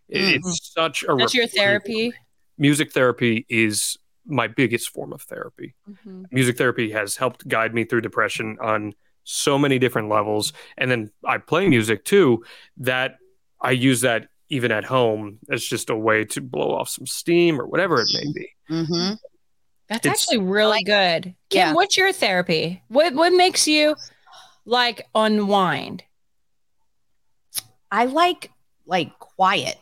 [SPEAKER 2] It- it's such a
[SPEAKER 4] Mm-hmm. That's your
[SPEAKER 2] reprieve.
[SPEAKER 4] therapy.
[SPEAKER 2] music therapy is my biggest form of therapy
[SPEAKER 4] Mm-hmm.
[SPEAKER 2] music therapy has helped guide me through depression on so many different levels and then i play music too that i use that even at home as just a way to blow off some steam or whatever it may be
[SPEAKER 3] Mm-hmm.
[SPEAKER 4] That's
[SPEAKER 2] It's-
[SPEAKER 4] actually really good. Kim,
[SPEAKER 3] Yeah.
[SPEAKER 4] what's your therapy? What what makes you like unwind?
[SPEAKER 3] I like like quiet.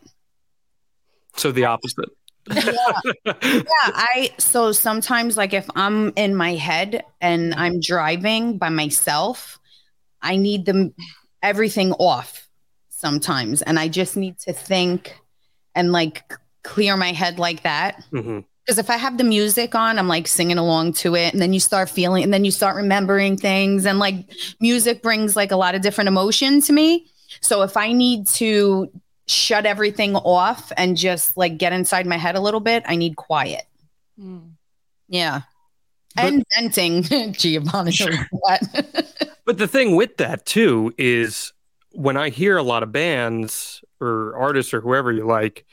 [SPEAKER 2] so the opposite
[SPEAKER 3] Yeah, I so sometimes like if I'm in my head and I'm driving by myself, I need them everything off sometimes and I just need to think and like c- clear my head like that.
[SPEAKER 2] Mhm.
[SPEAKER 3] Because if I have the music on, I'm like singing along to it, and then you start feeling, and then you start remembering things, and like music brings like a lot of different emotion to me. So if I need to shut everything off and just like get inside my head a little bit, I need quiet.
[SPEAKER 4] Mm.
[SPEAKER 3] Yeah.
[SPEAKER 2] But-
[SPEAKER 3] and venting, Giovanni.
[SPEAKER 2] Sure.
[SPEAKER 3] What?
[SPEAKER 2] but the thing with that too is when i hear a lot of bands or artists or whoever you like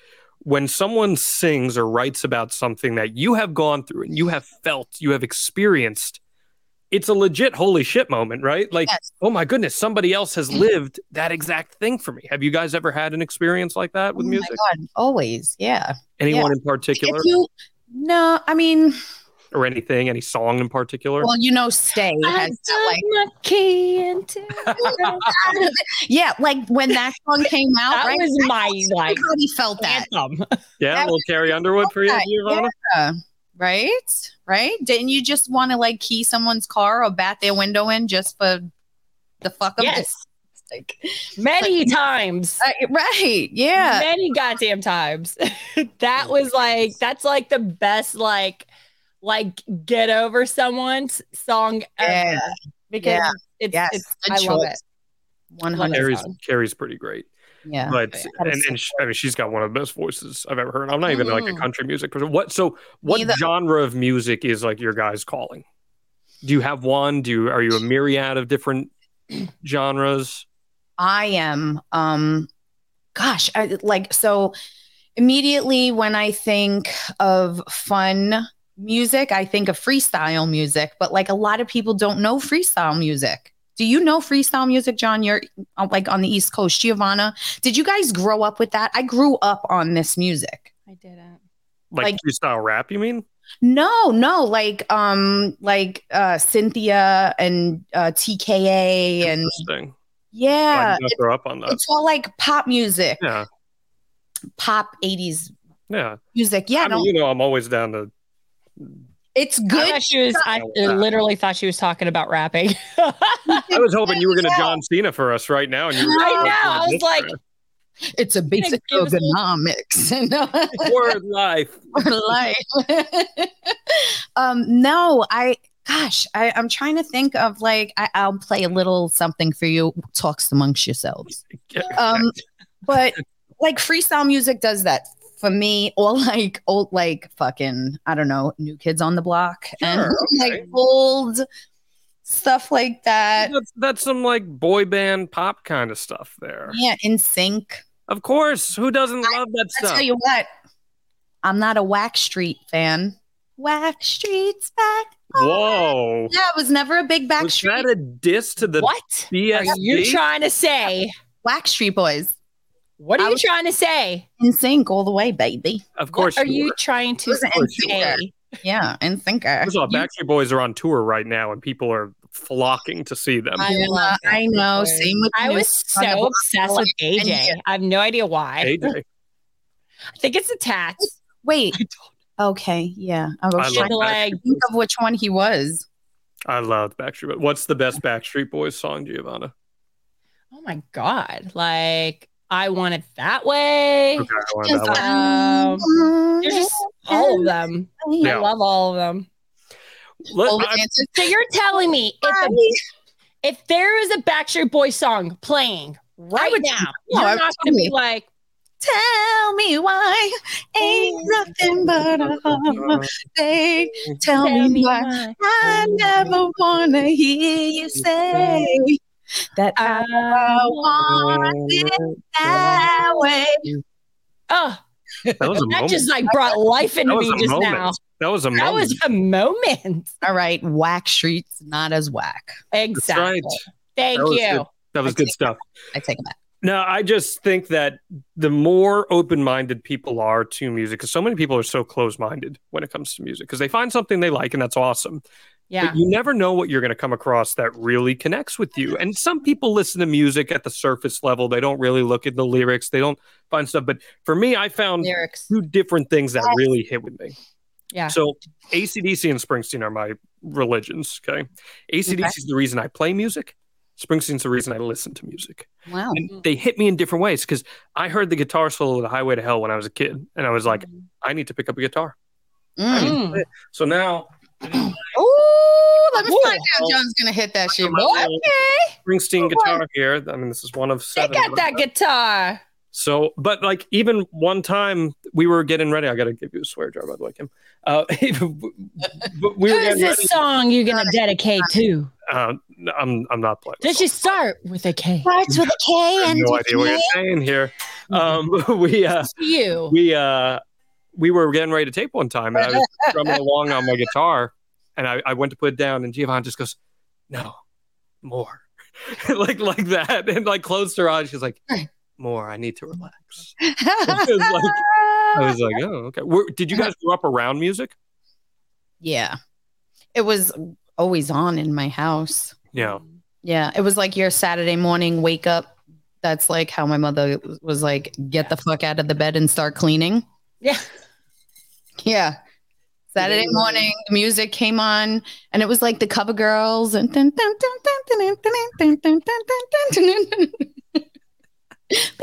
[SPEAKER 2] when someone sings or writes about something that you have gone through and you have felt you have experienced it's a legit holy shit moment right like
[SPEAKER 3] yes. Mm-hmm.
[SPEAKER 2] oh my goodness, somebody else has lived that exact thing for me. Have you guys ever had an experience like that with
[SPEAKER 3] Oh my
[SPEAKER 2] music?
[SPEAKER 3] God, always. Yeah.
[SPEAKER 2] Anyone in particular?
[SPEAKER 3] If you, no, I mean,
[SPEAKER 2] or anything, any song in particular?
[SPEAKER 3] Well, you know, stay
[SPEAKER 4] I
[SPEAKER 3] has that like
[SPEAKER 4] dug my key into-
[SPEAKER 3] yeah, like when that song came out,
[SPEAKER 4] That
[SPEAKER 3] right?
[SPEAKER 4] was
[SPEAKER 3] I
[SPEAKER 4] my,
[SPEAKER 3] think
[SPEAKER 4] like,
[SPEAKER 3] everybody felt that,
[SPEAKER 4] Anthem.
[SPEAKER 2] yeah,
[SPEAKER 3] that
[SPEAKER 2] a little Carrie Underwood for you,
[SPEAKER 3] Yeah,
[SPEAKER 2] Giovanna.
[SPEAKER 3] right? Right? Didn't you just want to like key someone's car or bat their window in just for the fuck of
[SPEAKER 4] Yes.
[SPEAKER 3] it? Like,
[SPEAKER 4] Many times.
[SPEAKER 3] uh, right? Yeah.
[SPEAKER 4] many goddamn times. that was like that's like the best like like get over someone's song
[SPEAKER 3] Yeah.
[SPEAKER 4] ever because
[SPEAKER 3] Yeah.
[SPEAKER 4] it's,
[SPEAKER 3] Yes.
[SPEAKER 4] it's
[SPEAKER 3] Good
[SPEAKER 4] I love
[SPEAKER 3] choice.
[SPEAKER 4] it.
[SPEAKER 3] One
[SPEAKER 4] Like,
[SPEAKER 3] hundred.
[SPEAKER 4] every-
[SPEAKER 2] Carrie's
[SPEAKER 4] song.
[SPEAKER 2] Carrie's pretty great,
[SPEAKER 3] Yeah.
[SPEAKER 2] but
[SPEAKER 3] Had a
[SPEAKER 2] and, and she, I mean she's got one of the best voices I've ever heard. I'm not even like a
[SPEAKER 3] Mhm.
[SPEAKER 2] country music person. What so what
[SPEAKER 3] Neither.
[SPEAKER 2] genre of music is like your guys calling? Do you have one? Do you are you a myriad of different genres?
[SPEAKER 3] I am. Um, gosh, I, like so. Immediately when I think of fun music, I think of freestyle music. But like a lot of people don't know freestyle music. Do you know freestyle music, John? You're uh, like on the East Coast, Giovanna. Did you guys grow up with that? I grew up on this music.
[SPEAKER 4] I didn't.
[SPEAKER 2] Like,
[SPEAKER 3] Like-
[SPEAKER 2] freestyle rap, you mean?
[SPEAKER 3] No, no, like um, like uh, Cynthia and uh, TKA and
[SPEAKER 2] Interesting.
[SPEAKER 3] yeah,
[SPEAKER 2] I did not grow up on that.
[SPEAKER 3] it's all like pop music.
[SPEAKER 2] Yeah.
[SPEAKER 3] pop 80s
[SPEAKER 2] Yeah.
[SPEAKER 3] music. Yeah,
[SPEAKER 2] I
[SPEAKER 3] no,
[SPEAKER 2] mean, you know, I'm always down to
[SPEAKER 3] it's
[SPEAKER 4] I
[SPEAKER 3] good.
[SPEAKER 4] thought she was I literally thought she was talking about rapping.
[SPEAKER 3] Oh,
[SPEAKER 2] I was hoping you were going to John Cena for us right now. And you were
[SPEAKER 4] I know. I was like,
[SPEAKER 3] It's a basic
[SPEAKER 4] give us a-
[SPEAKER 3] ergonomics. you know,
[SPEAKER 2] word life.
[SPEAKER 3] for life. um, no, I gosh, I, I'm trying to think of like I, I'll play a little something for you, talks amongst yourselves. Um, but like freestyle music does that for me, or like old like fucking, I don't know, new kids on the block and
[SPEAKER 2] Sure, okay.
[SPEAKER 3] like old stuff like that.
[SPEAKER 2] that's, that's some like boy band pop kind of stuff there.
[SPEAKER 3] Yeah, in sync.
[SPEAKER 2] Of course. Who doesn't love that
[SPEAKER 3] I tell
[SPEAKER 2] stuff?
[SPEAKER 3] you what, I'm not a Wack Street fan. Wack Street's back.
[SPEAKER 2] Whoa.
[SPEAKER 3] Yeah, I was never a big Back
[SPEAKER 2] Was
[SPEAKER 3] Street.
[SPEAKER 2] that a diss to the
[SPEAKER 4] what are you
[SPEAKER 2] BSB?
[SPEAKER 4] trying to say?
[SPEAKER 3] Wack Street Boys
[SPEAKER 4] What
[SPEAKER 3] I
[SPEAKER 4] are you
[SPEAKER 3] was-
[SPEAKER 4] trying to say?
[SPEAKER 3] in sync all the way, baby.
[SPEAKER 2] Of course.
[SPEAKER 4] what are
[SPEAKER 2] you
[SPEAKER 4] you
[SPEAKER 2] were.
[SPEAKER 4] trying to
[SPEAKER 3] Listen,
[SPEAKER 2] course you
[SPEAKER 4] say?
[SPEAKER 3] Yeah, in syncer.
[SPEAKER 2] First of all, Backstreet Boys are on tour right now, and people are flocking to see them.
[SPEAKER 3] I,
[SPEAKER 4] I love
[SPEAKER 3] know, I know.
[SPEAKER 4] Backstreet Boys.
[SPEAKER 3] Same with
[SPEAKER 4] I
[SPEAKER 3] New
[SPEAKER 4] was
[SPEAKER 3] Kids on the
[SPEAKER 4] so
[SPEAKER 3] Block.
[SPEAKER 4] obsessed with AJ.
[SPEAKER 3] And-
[SPEAKER 4] I have no idea why.
[SPEAKER 2] AJ.
[SPEAKER 4] I think it's a tats.
[SPEAKER 3] Wait.
[SPEAKER 2] I
[SPEAKER 3] Okay. Yeah. I was
[SPEAKER 2] I
[SPEAKER 3] trying
[SPEAKER 2] love
[SPEAKER 3] to
[SPEAKER 4] Should, like,
[SPEAKER 2] Backstreet Boys.
[SPEAKER 3] think of which one he was.
[SPEAKER 2] I love Backstreet Boys. What's the best Backstreet Boys song, Giovanna?
[SPEAKER 4] Oh my god! Like I want it that way.
[SPEAKER 2] Okay, I want Oh, that one.
[SPEAKER 4] Um,
[SPEAKER 3] "Mm,
[SPEAKER 4] There's just all of them.
[SPEAKER 2] Yeah.
[SPEAKER 4] I love all of them.
[SPEAKER 2] Let-
[SPEAKER 3] Old
[SPEAKER 2] I-
[SPEAKER 3] dances.
[SPEAKER 4] So you're telling me if if there is a Backstreet Boys song playing right
[SPEAKER 3] would-
[SPEAKER 4] now,
[SPEAKER 3] No, I
[SPEAKER 4] you're
[SPEAKER 3] would
[SPEAKER 4] not going to
[SPEAKER 3] totally-
[SPEAKER 4] be like,
[SPEAKER 3] Tell me why ain't nothing but a heartache. Tell,
[SPEAKER 4] "Tell
[SPEAKER 3] me
[SPEAKER 4] me
[SPEAKER 3] why
[SPEAKER 4] why
[SPEAKER 3] I never wanna hear you say that I
[SPEAKER 4] Uh, I
[SPEAKER 3] want it that way.
[SPEAKER 4] oh,
[SPEAKER 2] that was a
[SPEAKER 4] that
[SPEAKER 2] moment.
[SPEAKER 4] just like brought life into
[SPEAKER 2] that was
[SPEAKER 4] me
[SPEAKER 2] a
[SPEAKER 4] just
[SPEAKER 2] moment.
[SPEAKER 4] now.
[SPEAKER 2] That was a
[SPEAKER 4] That
[SPEAKER 2] moment.
[SPEAKER 4] was a moment.
[SPEAKER 3] All right, whack streets, not as whack.
[SPEAKER 2] That's
[SPEAKER 4] Exactly.
[SPEAKER 2] right.
[SPEAKER 4] Thank
[SPEAKER 2] That was
[SPEAKER 4] you.
[SPEAKER 2] good. That was good stuff.
[SPEAKER 3] I take it back.
[SPEAKER 2] No, I just think that the more open-minded people are to music, because so many people are so close-minded when it comes to music, because they find something they like, and that's awesome.
[SPEAKER 4] Yeah.
[SPEAKER 2] But you never know what you're going to come across that really connects with you. And some people listen to music at the surface level; they don't really look at the lyrics, they don't find stuff. But for me, I found
[SPEAKER 3] Lyrics.
[SPEAKER 2] two different things that really hit with me.
[SPEAKER 4] Yeah.
[SPEAKER 2] So ACDC and Springsteen are my religions. Okay. ACDC
[SPEAKER 3] Okay.
[SPEAKER 2] is the reason I play music. Springsteen's the reason I listen to music.
[SPEAKER 3] Wow.
[SPEAKER 4] Mm-hmm.
[SPEAKER 2] And they hit me in different ways because I heard the guitar solo of the Highway to Hell when I was a kid. And I was like,
[SPEAKER 4] Mm-hmm.
[SPEAKER 2] I need to pick up a guitar.
[SPEAKER 3] Mm.
[SPEAKER 4] Mm.
[SPEAKER 2] So now
[SPEAKER 3] Ooh, let me
[SPEAKER 4] Ooh.
[SPEAKER 3] find out John's gonna hit that shit.
[SPEAKER 2] my
[SPEAKER 3] boy.
[SPEAKER 2] little Springsteen guitar here. I mean, this is one of
[SPEAKER 4] They
[SPEAKER 2] seven.
[SPEAKER 4] got that guitar.
[SPEAKER 2] So, but like even one time we were getting ready. I got to give you a swear jar, by the way, Kim. Uh, but we were
[SPEAKER 4] Who's
[SPEAKER 2] getting ready.
[SPEAKER 4] this song you're gonna dedicate to?
[SPEAKER 2] Uh, I'm, I'm not playing.
[SPEAKER 4] Does she start with a K?
[SPEAKER 3] Starts with a K
[SPEAKER 2] I have
[SPEAKER 3] and
[SPEAKER 2] no idea what you're saying here. Um, we uh,
[SPEAKER 4] To you.
[SPEAKER 2] we uh, we were getting ready to tape one time, and I was strumming along on my guitar, and I, I went to put it down, and Giovanna just goes, "No, more," like like that, and like closed her eyes. She's like, "More, I need to relax." uh, I was like, "Oh, okay." Were, did you guys grow up around music?
[SPEAKER 3] Yeah. It was always on in my house.
[SPEAKER 2] Yeah.
[SPEAKER 3] Yeah. It was like your Saturday morning wake up. That's like how my mother was like, get the fuck out of the bed and start cleaning.
[SPEAKER 4] Yeah.
[SPEAKER 3] Yeah. Saturday morning, the music came on, and it was like the cover girls and dun, dun, dun, dun, dun, dun, dun, dun, dun, dun, dun, dun, dun.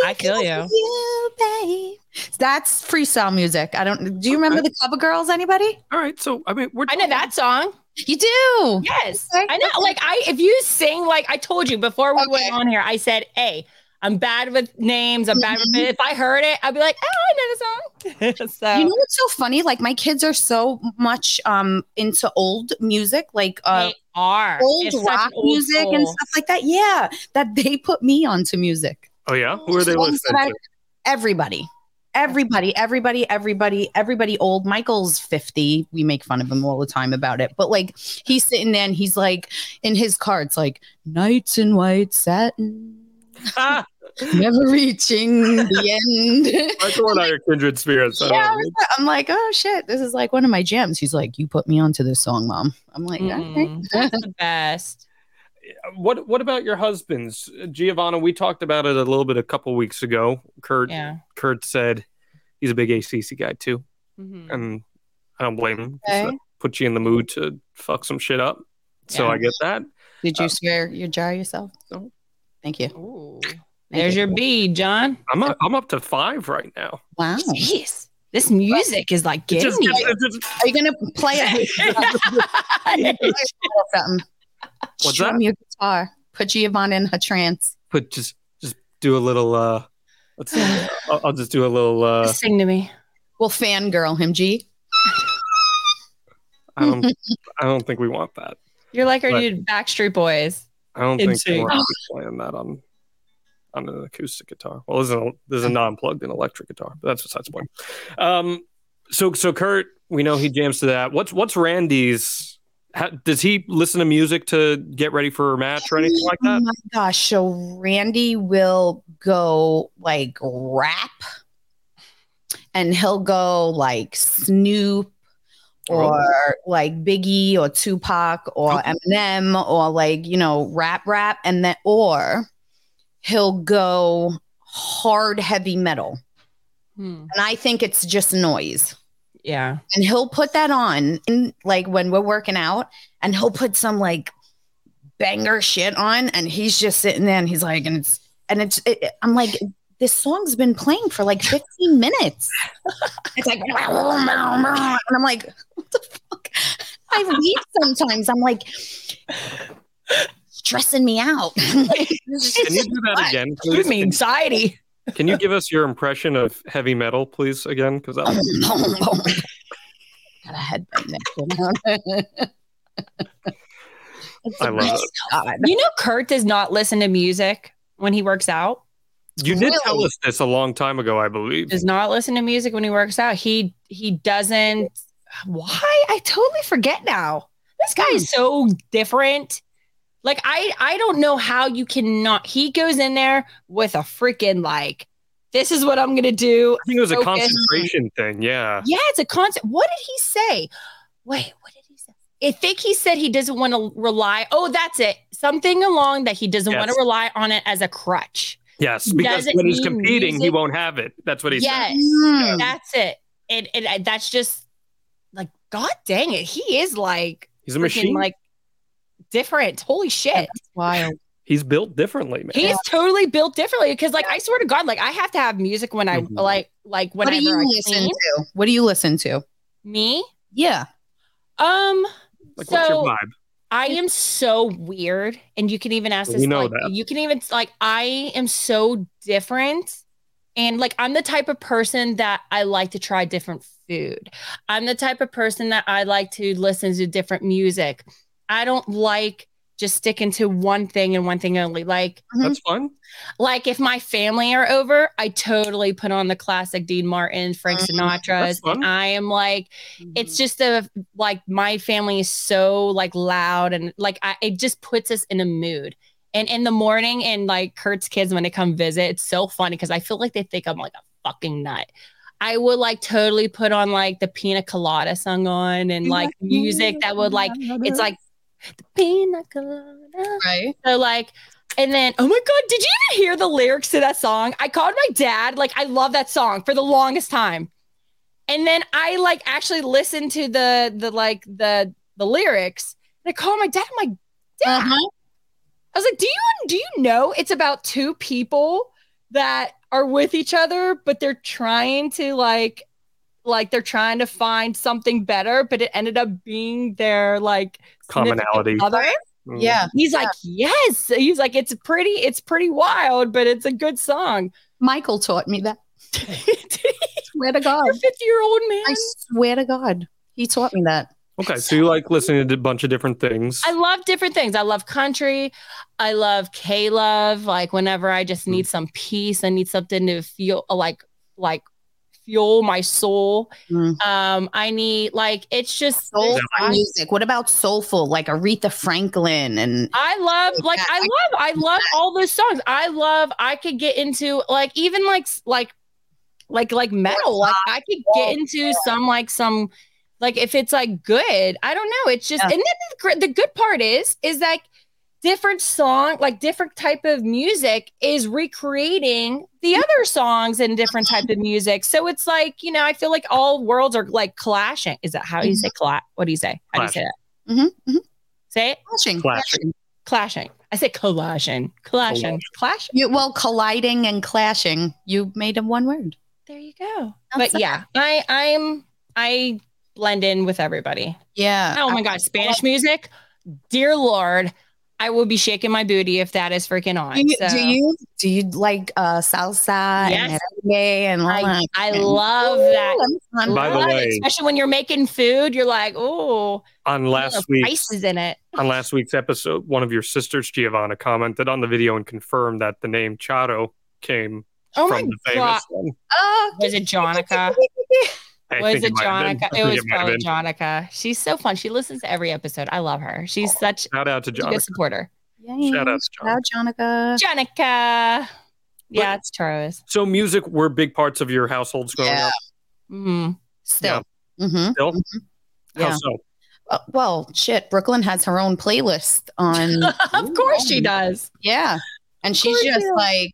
[SPEAKER 4] I feel
[SPEAKER 3] Because of you, babe. That's freestyle music. I don't. Do you remember the cover girls? Anybody?
[SPEAKER 2] All right. So I mean, we're
[SPEAKER 4] I know that song.
[SPEAKER 3] You do.
[SPEAKER 4] Yes.
[SPEAKER 3] Okay.
[SPEAKER 4] I know. Like I if you sing like I told you before we
[SPEAKER 3] Okay.
[SPEAKER 4] went on here, I said, Hey, I'm bad with names. I'm bad with
[SPEAKER 3] Mhm.
[SPEAKER 4] if I heard it, I'd be like, Oh, I know the song. so
[SPEAKER 3] You know what's so funny? Like my kids are so much um into old music, like uh
[SPEAKER 4] they are
[SPEAKER 3] old
[SPEAKER 4] It's such an
[SPEAKER 3] rock
[SPEAKER 4] old
[SPEAKER 3] music and
[SPEAKER 4] soul.
[SPEAKER 3] stuff like that. Yeah, that they put me onto music.
[SPEAKER 2] Oh yeah. Who are they
[SPEAKER 3] Ones that
[SPEAKER 2] listening
[SPEAKER 3] I-
[SPEAKER 2] to?
[SPEAKER 3] Everybody. Everybody, everybody, everybody, everybody old. Michael's 50. We make fun of him all the time about it. But like he's sitting there and he's like in his car, it's like nights in white satin,
[SPEAKER 2] Ah,
[SPEAKER 3] never reaching the end.
[SPEAKER 2] Michael and I are kindred spirits. I don't
[SPEAKER 3] Yeah, I
[SPEAKER 2] know.
[SPEAKER 3] was- I'm like, oh shit, this is like one of my jams. He's like, you put me onto this song, mom. I'm like,
[SPEAKER 4] Mm,
[SPEAKER 3] okay.
[SPEAKER 4] that's the best.
[SPEAKER 2] What What about your husband's Giovanna? We talked about it a little bit a couple weeks ago. Kurt
[SPEAKER 4] Yeah.
[SPEAKER 2] Kurt said he's a big ACC guy too,
[SPEAKER 4] Mhm.
[SPEAKER 2] and I don't blame him.
[SPEAKER 3] Okay.
[SPEAKER 2] So, Put you in the mood to fuck some shit up. So
[SPEAKER 4] Yeah.
[SPEAKER 2] I get that.
[SPEAKER 3] Did you
[SPEAKER 2] uh,
[SPEAKER 3] swear you jar yourself?
[SPEAKER 2] No.
[SPEAKER 3] Thank you.
[SPEAKER 4] Ooh. There's your B, John.
[SPEAKER 2] I'm up, I'm up to five right now.
[SPEAKER 3] Wow.
[SPEAKER 4] Jeez. This music is like
[SPEAKER 2] It
[SPEAKER 4] getting
[SPEAKER 2] just-
[SPEAKER 4] you.
[SPEAKER 2] it just-
[SPEAKER 3] Are you gonna play a something?
[SPEAKER 2] What's
[SPEAKER 3] Strum
[SPEAKER 2] that?
[SPEAKER 3] your guitar. Put Giovanna in her trance.
[SPEAKER 2] put just just do a little. uh Let's. see. I'll, I'll just do a little. uh
[SPEAKER 4] Sing to me.
[SPEAKER 3] We'll fangirl him, G.
[SPEAKER 2] I don't. I don't think we want that.
[SPEAKER 4] You're like our
[SPEAKER 2] But-
[SPEAKER 4] dude Backstreet Boys.
[SPEAKER 2] I don't think
[SPEAKER 4] Insane. Oh.
[SPEAKER 2] we're playing that on on an acoustic guitar. Well, there's a there's a non-plugged in electric guitar, but that's besides the point. Um, so so Kurt, we know he jams to that. What's what's Randy's? How, does he listen to music to get ready for a match or anything like
[SPEAKER 3] Oh
[SPEAKER 2] that?
[SPEAKER 3] my gosh. So Randy will go like rap and he'll go like Snoop or like Biggie or Tupac or Eminem or like, you know, rap rap and then or he'll go hard heavy metal.
[SPEAKER 4] Hmm.
[SPEAKER 3] And I think it's just noise
[SPEAKER 4] Yeah.
[SPEAKER 3] and he'll put that on in, like when we're working out and he'll put some like banger shit on and he's just sitting there and he's like and it's and it's it, it- i'm like this song's been playing for like 15 minutes it's like and i'm like what the fuck i leave sometimes i'm like stressing me out
[SPEAKER 2] Can you do that again, please?
[SPEAKER 4] Give me
[SPEAKER 2] Can,
[SPEAKER 4] anxiety.
[SPEAKER 2] can you give us your impression of heavy metal, please, again? Because that was
[SPEAKER 3] Got a headband there. It's
[SPEAKER 2] I
[SPEAKER 3] a
[SPEAKER 2] love
[SPEAKER 3] nice God.
[SPEAKER 4] You know, Kurt does not listen to music when he works out.
[SPEAKER 2] you did tell
[SPEAKER 3] Really?
[SPEAKER 2] us this a long time ago, I believe.
[SPEAKER 4] Does not listen to music when he works out. He he doesn't. Why? I totally forget now. This guy is so different. Like I I don't know how you cannot. He goes in there with a freaking like. This is what I'm gonna do.
[SPEAKER 2] I think it was a
[SPEAKER 4] Focus.
[SPEAKER 2] concentration thing. Yeah.
[SPEAKER 4] Yeah, it's a concept. What did he say? Wait, what did he say? I think he said he doesn't want to rely. Oh, that's it. Something along that he doesn't want
[SPEAKER 2] Yes.
[SPEAKER 4] to rely on it as a crutch.
[SPEAKER 2] Yes, because
[SPEAKER 4] Doesn't
[SPEAKER 2] when he's
[SPEAKER 4] mean
[SPEAKER 2] competing, he
[SPEAKER 4] music-
[SPEAKER 2] won't have it. That's what he said.
[SPEAKER 4] Yes,
[SPEAKER 3] Mm.
[SPEAKER 4] that's it. And, and I- that's just like, God dang it. He is like,
[SPEAKER 2] He's a
[SPEAKER 4] freaking,
[SPEAKER 2] machine.
[SPEAKER 4] like different. Holy shit.
[SPEAKER 3] wild.
[SPEAKER 2] he's built differently, man.
[SPEAKER 4] He is totally built differently because, like, I swear to God, like, I have to have music when I
[SPEAKER 2] Mhm.
[SPEAKER 4] like, like,
[SPEAKER 3] What
[SPEAKER 4] whenever
[SPEAKER 3] do you
[SPEAKER 4] I
[SPEAKER 3] listen
[SPEAKER 4] clean.
[SPEAKER 3] to? What do you listen to?
[SPEAKER 4] Me?
[SPEAKER 3] Yeah.
[SPEAKER 4] Um,
[SPEAKER 2] like,
[SPEAKER 4] so,
[SPEAKER 2] what's your vibe?
[SPEAKER 4] I am so weird, and you can even ask
[SPEAKER 2] We
[SPEAKER 4] this.
[SPEAKER 2] know
[SPEAKER 4] like,
[SPEAKER 2] that.
[SPEAKER 4] You can even like I am so different, and like I'm the type of person that I like to try different food. I'm the type of person that I like to listen to different music. I don't like just sticking to one thing and one thing only. Like
[SPEAKER 3] Mhm.
[SPEAKER 2] That's fun.
[SPEAKER 4] like if my family are over, I totally put on the classic Dean Martin, Frank
[SPEAKER 3] Mhm.
[SPEAKER 4] Sinatra's,
[SPEAKER 2] Mm, That's fun.
[SPEAKER 4] and I am like
[SPEAKER 3] Mm-hmm.
[SPEAKER 4] it's just a like my family is so like loud and like I, it just puts us in a mood and in the morning and like kurt's kids when they come visit it's so funny because i feel like they think i'm like a fucking nut I would like totally put on like the pina colada song on and like music that would like it's like the pina colada.
[SPEAKER 3] Right.
[SPEAKER 4] So like, and then oh my god, did you even hear the lyrics to that song? I called my dad. Like, I love that song for the longest time, and then I like actually listened to the the like the the lyrics. And I called my dad. I'm like, dad,
[SPEAKER 3] Uh-huh.
[SPEAKER 4] I was like, do you do you know it's about two people that are with each other, but they're trying to like like they're trying to find something better, but it ended up being their like significant
[SPEAKER 2] Commonality.
[SPEAKER 4] other.
[SPEAKER 2] Mm.
[SPEAKER 3] Yeah.
[SPEAKER 4] He's like, yes. He's like, it's pretty, it's pretty wild, but it's a good song.
[SPEAKER 3] Michael taught me that. Swear to God.
[SPEAKER 4] You're a 50 year old man.
[SPEAKER 3] I swear to God. He taught me that.
[SPEAKER 2] Okay, so you like listening to a bunch of different things.
[SPEAKER 4] I love different things. I love country. I love K love. Like whenever I just
[SPEAKER 3] Mm.
[SPEAKER 4] need some peace, I need something to feel like like fuel my soul.
[SPEAKER 3] Mm.
[SPEAKER 4] Um, I need like it's just
[SPEAKER 3] Soul
[SPEAKER 4] I,
[SPEAKER 3] music. What about soulful, like Aretha Franklin and
[SPEAKER 4] I love like I love I love all those songs. I love I could get into like even like s- like like like metal. Like I could get into some like some like if it's like good. I don't know. It's just
[SPEAKER 3] Yeah.
[SPEAKER 4] and then the, gr- the good part is is like different song like different type of music is recreating the other songs and different type of music so it's like you know i feel like all worlds are like clashing is that how you say clash what do you say how do you say that
[SPEAKER 3] Mhm, mhm.
[SPEAKER 4] say it
[SPEAKER 3] clashing?
[SPEAKER 2] Clashing.
[SPEAKER 4] clashing. I say collaging, clashing, clashing.
[SPEAKER 3] You, well, colliding and clashing. You made them one word.
[SPEAKER 4] There you go.
[SPEAKER 3] That's
[SPEAKER 4] But yeah, I I'm I blend in with everybody.
[SPEAKER 3] Yeah.
[SPEAKER 4] Oh my god, Spanish music, dear lord, I will be shaking my booty if that is freaking on.
[SPEAKER 3] Do you,
[SPEAKER 4] So,
[SPEAKER 3] do you do you like uh, salsa
[SPEAKER 4] Yes.
[SPEAKER 3] and merengue and all
[SPEAKER 4] I,
[SPEAKER 3] that?
[SPEAKER 4] I love that.
[SPEAKER 3] Ooh, I'm-
[SPEAKER 2] By the
[SPEAKER 4] Love it,
[SPEAKER 2] way-
[SPEAKER 4] especially when you're making food, you're like, oh,
[SPEAKER 2] On last week's
[SPEAKER 4] spices in it.
[SPEAKER 2] on last week's episode, one of your sisters, Giovanna, commented on the video and confirmed that the name Chato came
[SPEAKER 4] Oh my
[SPEAKER 2] from the
[SPEAKER 4] god,
[SPEAKER 2] famous one.
[SPEAKER 3] Oh,
[SPEAKER 4] was it Jonica?
[SPEAKER 2] I
[SPEAKER 4] was
[SPEAKER 2] think
[SPEAKER 4] it
[SPEAKER 2] might have been.
[SPEAKER 4] Jonica?
[SPEAKER 2] I think
[SPEAKER 4] It was
[SPEAKER 2] might have
[SPEAKER 4] probably
[SPEAKER 2] been.
[SPEAKER 4] Jonica. She's so fun. She listens to every episode. I love her. She's such
[SPEAKER 2] Shout out to
[SPEAKER 4] She's a
[SPEAKER 2] Jonica.
[SPEAKER 4] good supporter.
[SPEAKER 3] yay.
[SPEAKER 2] Shout out to
[SPEAKER 3] Shout out, Jonica.
[SPEAKER 4] Jenica. Yeah, it's Taurus.
[SPEAKER 2] So music were big parts of your households growing
[SPEAKER 3] Yeah.
[SPEAKER 2] up.
[SPEAKER 4] Mm.
[SPEAKER 3] Still. Mm-hmm.
[SPEAKER 2] Still?
[SPEAKER 3] Mhm.
[SPEAKER 2] How
[SPEAKER 4] Mm-hmm.
[SPEAKER 3] Yeah.
[SPEAKER 2] so?
[SPEAKER 3] Uh, well, shit. Brooklyn has her own playlist on.
[SPEAKER 4] of course she does.
[SPEAKER 3] yeah. And she's
[SPEAKER 4] course
[SPEAKER 3] just
[SPEAKER 4] you.
[SPEAKER 3] like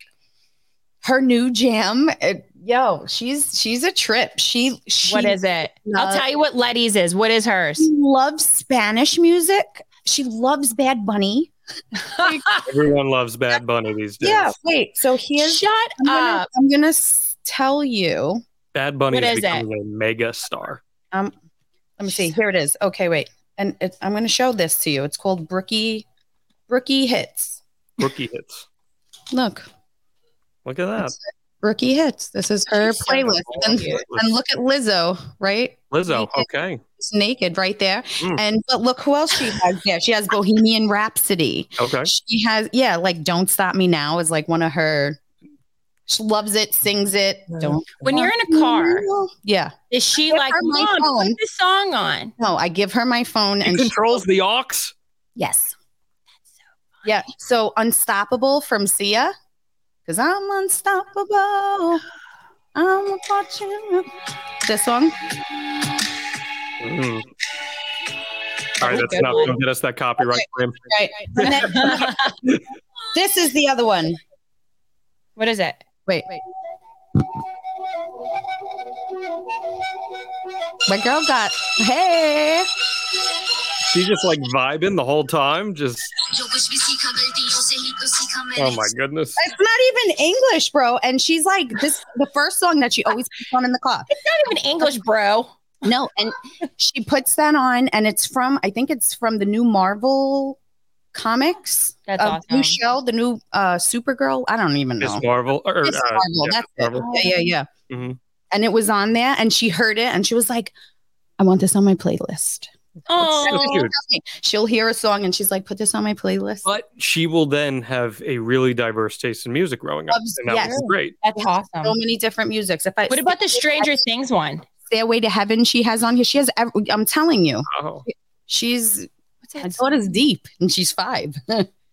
[SPEAKER 3] her new jam. it- yo, she's she's a trip. She she
[SPEAKER 4] what is it? I'll
[SPEAKER 3] loves-
[SPEAKER 4] tell you what Letty's is. What is hers?
[SPEAKER 3] she loves Spanish music. She loves Bad Bunny.
[SPEAKER 2] Everyone loves Bad Bunny these days.
[SPEAKER 3] Yeah. Wait. So here's
[SPEAKER 4] Shut
[SPEAKER 3] I'm gonna,
[SPEAKER 4] up.
[SPEAKER 3] I'm gonna s- tell you.
[SPEAKER 2] Bad Bunny
[SPEAKER 4] What
[SPEAKER 2] is
[SPEAKER 4] is
[SPEAKER 2] becoming a mega star.
[SPEAKER 3] Um, let me see. Here it is. Okay, wait. And it, I'm gonna show this to you. It's called Brookie Brookie Hits.
[SPEAKER 2] Rookie hits.
[SPEAKER 3] Look,
[SPEAKER 2] Look at that.
[SPEAKER 3] Brookie Hits. This is her
[SPEAKER 4] She's so
[SPEAKER 3] playlist. And,
[SPEAKER 2] cute.
[SPEAKER 3] and look at Lizzo, right?
[SPEAKER 2] Lizzo.
[SPEAKER 3] Naked.
[SPEAKER 2] Okay.
[SPEAKER 3] It's naked right there.
[SPEAKER 2] Mm.
[SPEAKER 3] And but look who else she has there. She has Bohemian Rhapsody.
[SPEAKER 2] Okay.
[SPEAKER 3] She has yeah, like Don't Stop Me Now is like one of her. She loves it, sings it. Don't
[SPEAKER 4] When you're in a car,
[SPEAKER 3] Yeah.
[SPEAKER 4] is she
[SPEAKER 3] Give
[SPEAKER 4] like,
[SPEAKER 3] her my
[SPEAKER 4] Mom,
[SPEAKER 3] phone."
[SPEAKER 4] put this song on?
[SPEAKER 3] No, I give her my phone
[SPEAKER 2] He
[SPEAKER 3] and she
[SPEAKER 2] controls the aux.
[SPEAKER 3] Yes. Yeah. So Unstoppable from Sia. Because I'm unstoppable. I'm watching. This song.
[SPEAKER 2] Mm. All right,
[SPEAKER 4] was
[SPEAKER 2] that's
[SPEAKER 4] a good
[SPEAKER 2] enough.
[SPEAKER 4] one.
[SPEAKER 2] Don't get us that copyright claim.
[SPEAKER 3] Right. And then- this is the other one.
[SPEAKER 4] What is it?
[SPEAKER 3] Wait, wait. My girl got, hey.
[SPEAKER 2] She's just like vibing the whole time. Just oh my goodness.
[SPEAKER 3] It's not even English, bro. And she's like, this the first song that she always puts on in the car.
[SPEAKER 4] Not even English, bro.
[SPEAKER 3] No, and she puts that on, and it's from I think it's from the new Marvel comics.
[SPEAKER 4] That's
[SPEAKER 3] uh, New
[SPEAKER 4] awesome.
[SPEAKER 3] show, the new uh, Supergirl. I don't even
[SPEAKER 2] Miss
[SPEAKER 3] know.
[SPEAKER 2] Marvel. Or,
[SPEAKER 3] Miss
[SPEAKER 2] uh,
[SPEAKER 3] Marvel,
[SPEAKER 2] yeah,
[SPEAKER 3] that's it.
[SPEAKER 2] Marvel.
[SPEAKER 3] Yeah, yeah, yeah.
[SPEAKER 2] Mhm.
[SPEAKER 3] And it was on there, and she heard it, and she was like, "I want this on my playlist."
[SPEAKER 2] so
[SPEAKER 4] Oh,
[SPEAKER 2] cute.
[SPEAKER 3] She'll hear a song, and she's like, "Put this on my playlist."
[SPEAKER 2] But she will then have a really diverse taste in music growing up,
[SPEAKER 3] Loves-
[SPEAKER 2] and that
[SPEAKER 3] yes.
[SPEAKER 2] was great.
[SPEAKER 4] that's
[SPEAKER 3] so
[SPEAKER 4] awesome.
[SPEAKER 3] many different musics. If I
[SPEAKER 4] What about the Stranger Things one?
[SPEAKER 3] Stairway to Heaven? She has on here. She has. Every, I'm telling you,
[SPEAKER 2] Oh,
[SPEAKER 3] she's
[SPEAKER 4] What's
[SPEAKER 3] my
[SPEAKER 4] that?
[SPEAKER 3] daughter's deep, and she's five.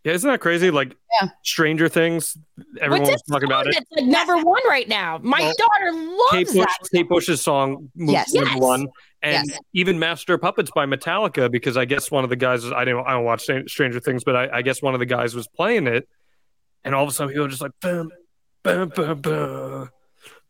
[SPEAKER 2] Yeah, isn't that crazy? Like
[SPEAKER 3] Yeah.
[SPEAKER 2] Stranger Things, everyone was
[SPEAKER 4] What's
[SPEAKER 2] talking about it.
[SPEAKER 4] That's like number one right now. My
[SPEAKER 2] Well,
[SPEAKER 4] daughter loves
[SPEAKER 2] Kate Bush,
[SPEAKER 4] that.
[SPEAKER 2] Kate Bush's song moves
[SPEAKER 3] Yes.
[SPEAKER 2] to number
[SPEAKER 4] Yes.
[SPEAKER 2] one, and
[SPEAKER 3] Yes.
[SPEAKER 2] even Master of Puppets by Metallica. Because I guess one of the guys I didn't I don't watch Stran- Stranger Things, but I, I guess one of the guys was playing it, and all of a sudden people were just like boom, boom, boom, boom.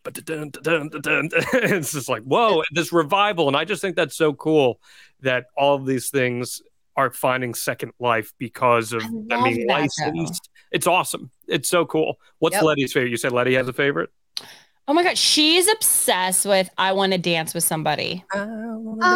[SPEAKER 2] It's just like whoa, this revival, and I just think that's so cool that all of these things are finding second life because of
[SPEAKER 3] I
[SPEAKER 2] them
[SPEAKER 3] love
[SPEAKER 2] being
[SPEAKER 3] that, though.
[SPEAKER 2] licensed. It's awesome. It's so cool. What's
[SPEAKER 3] Yep.
[SPEAKER 2] Letty's favorite? You said Letty has a favorite.
[SPEAKER 4] Oh my god, she's obsessed with I want to dance with somebody. Uh,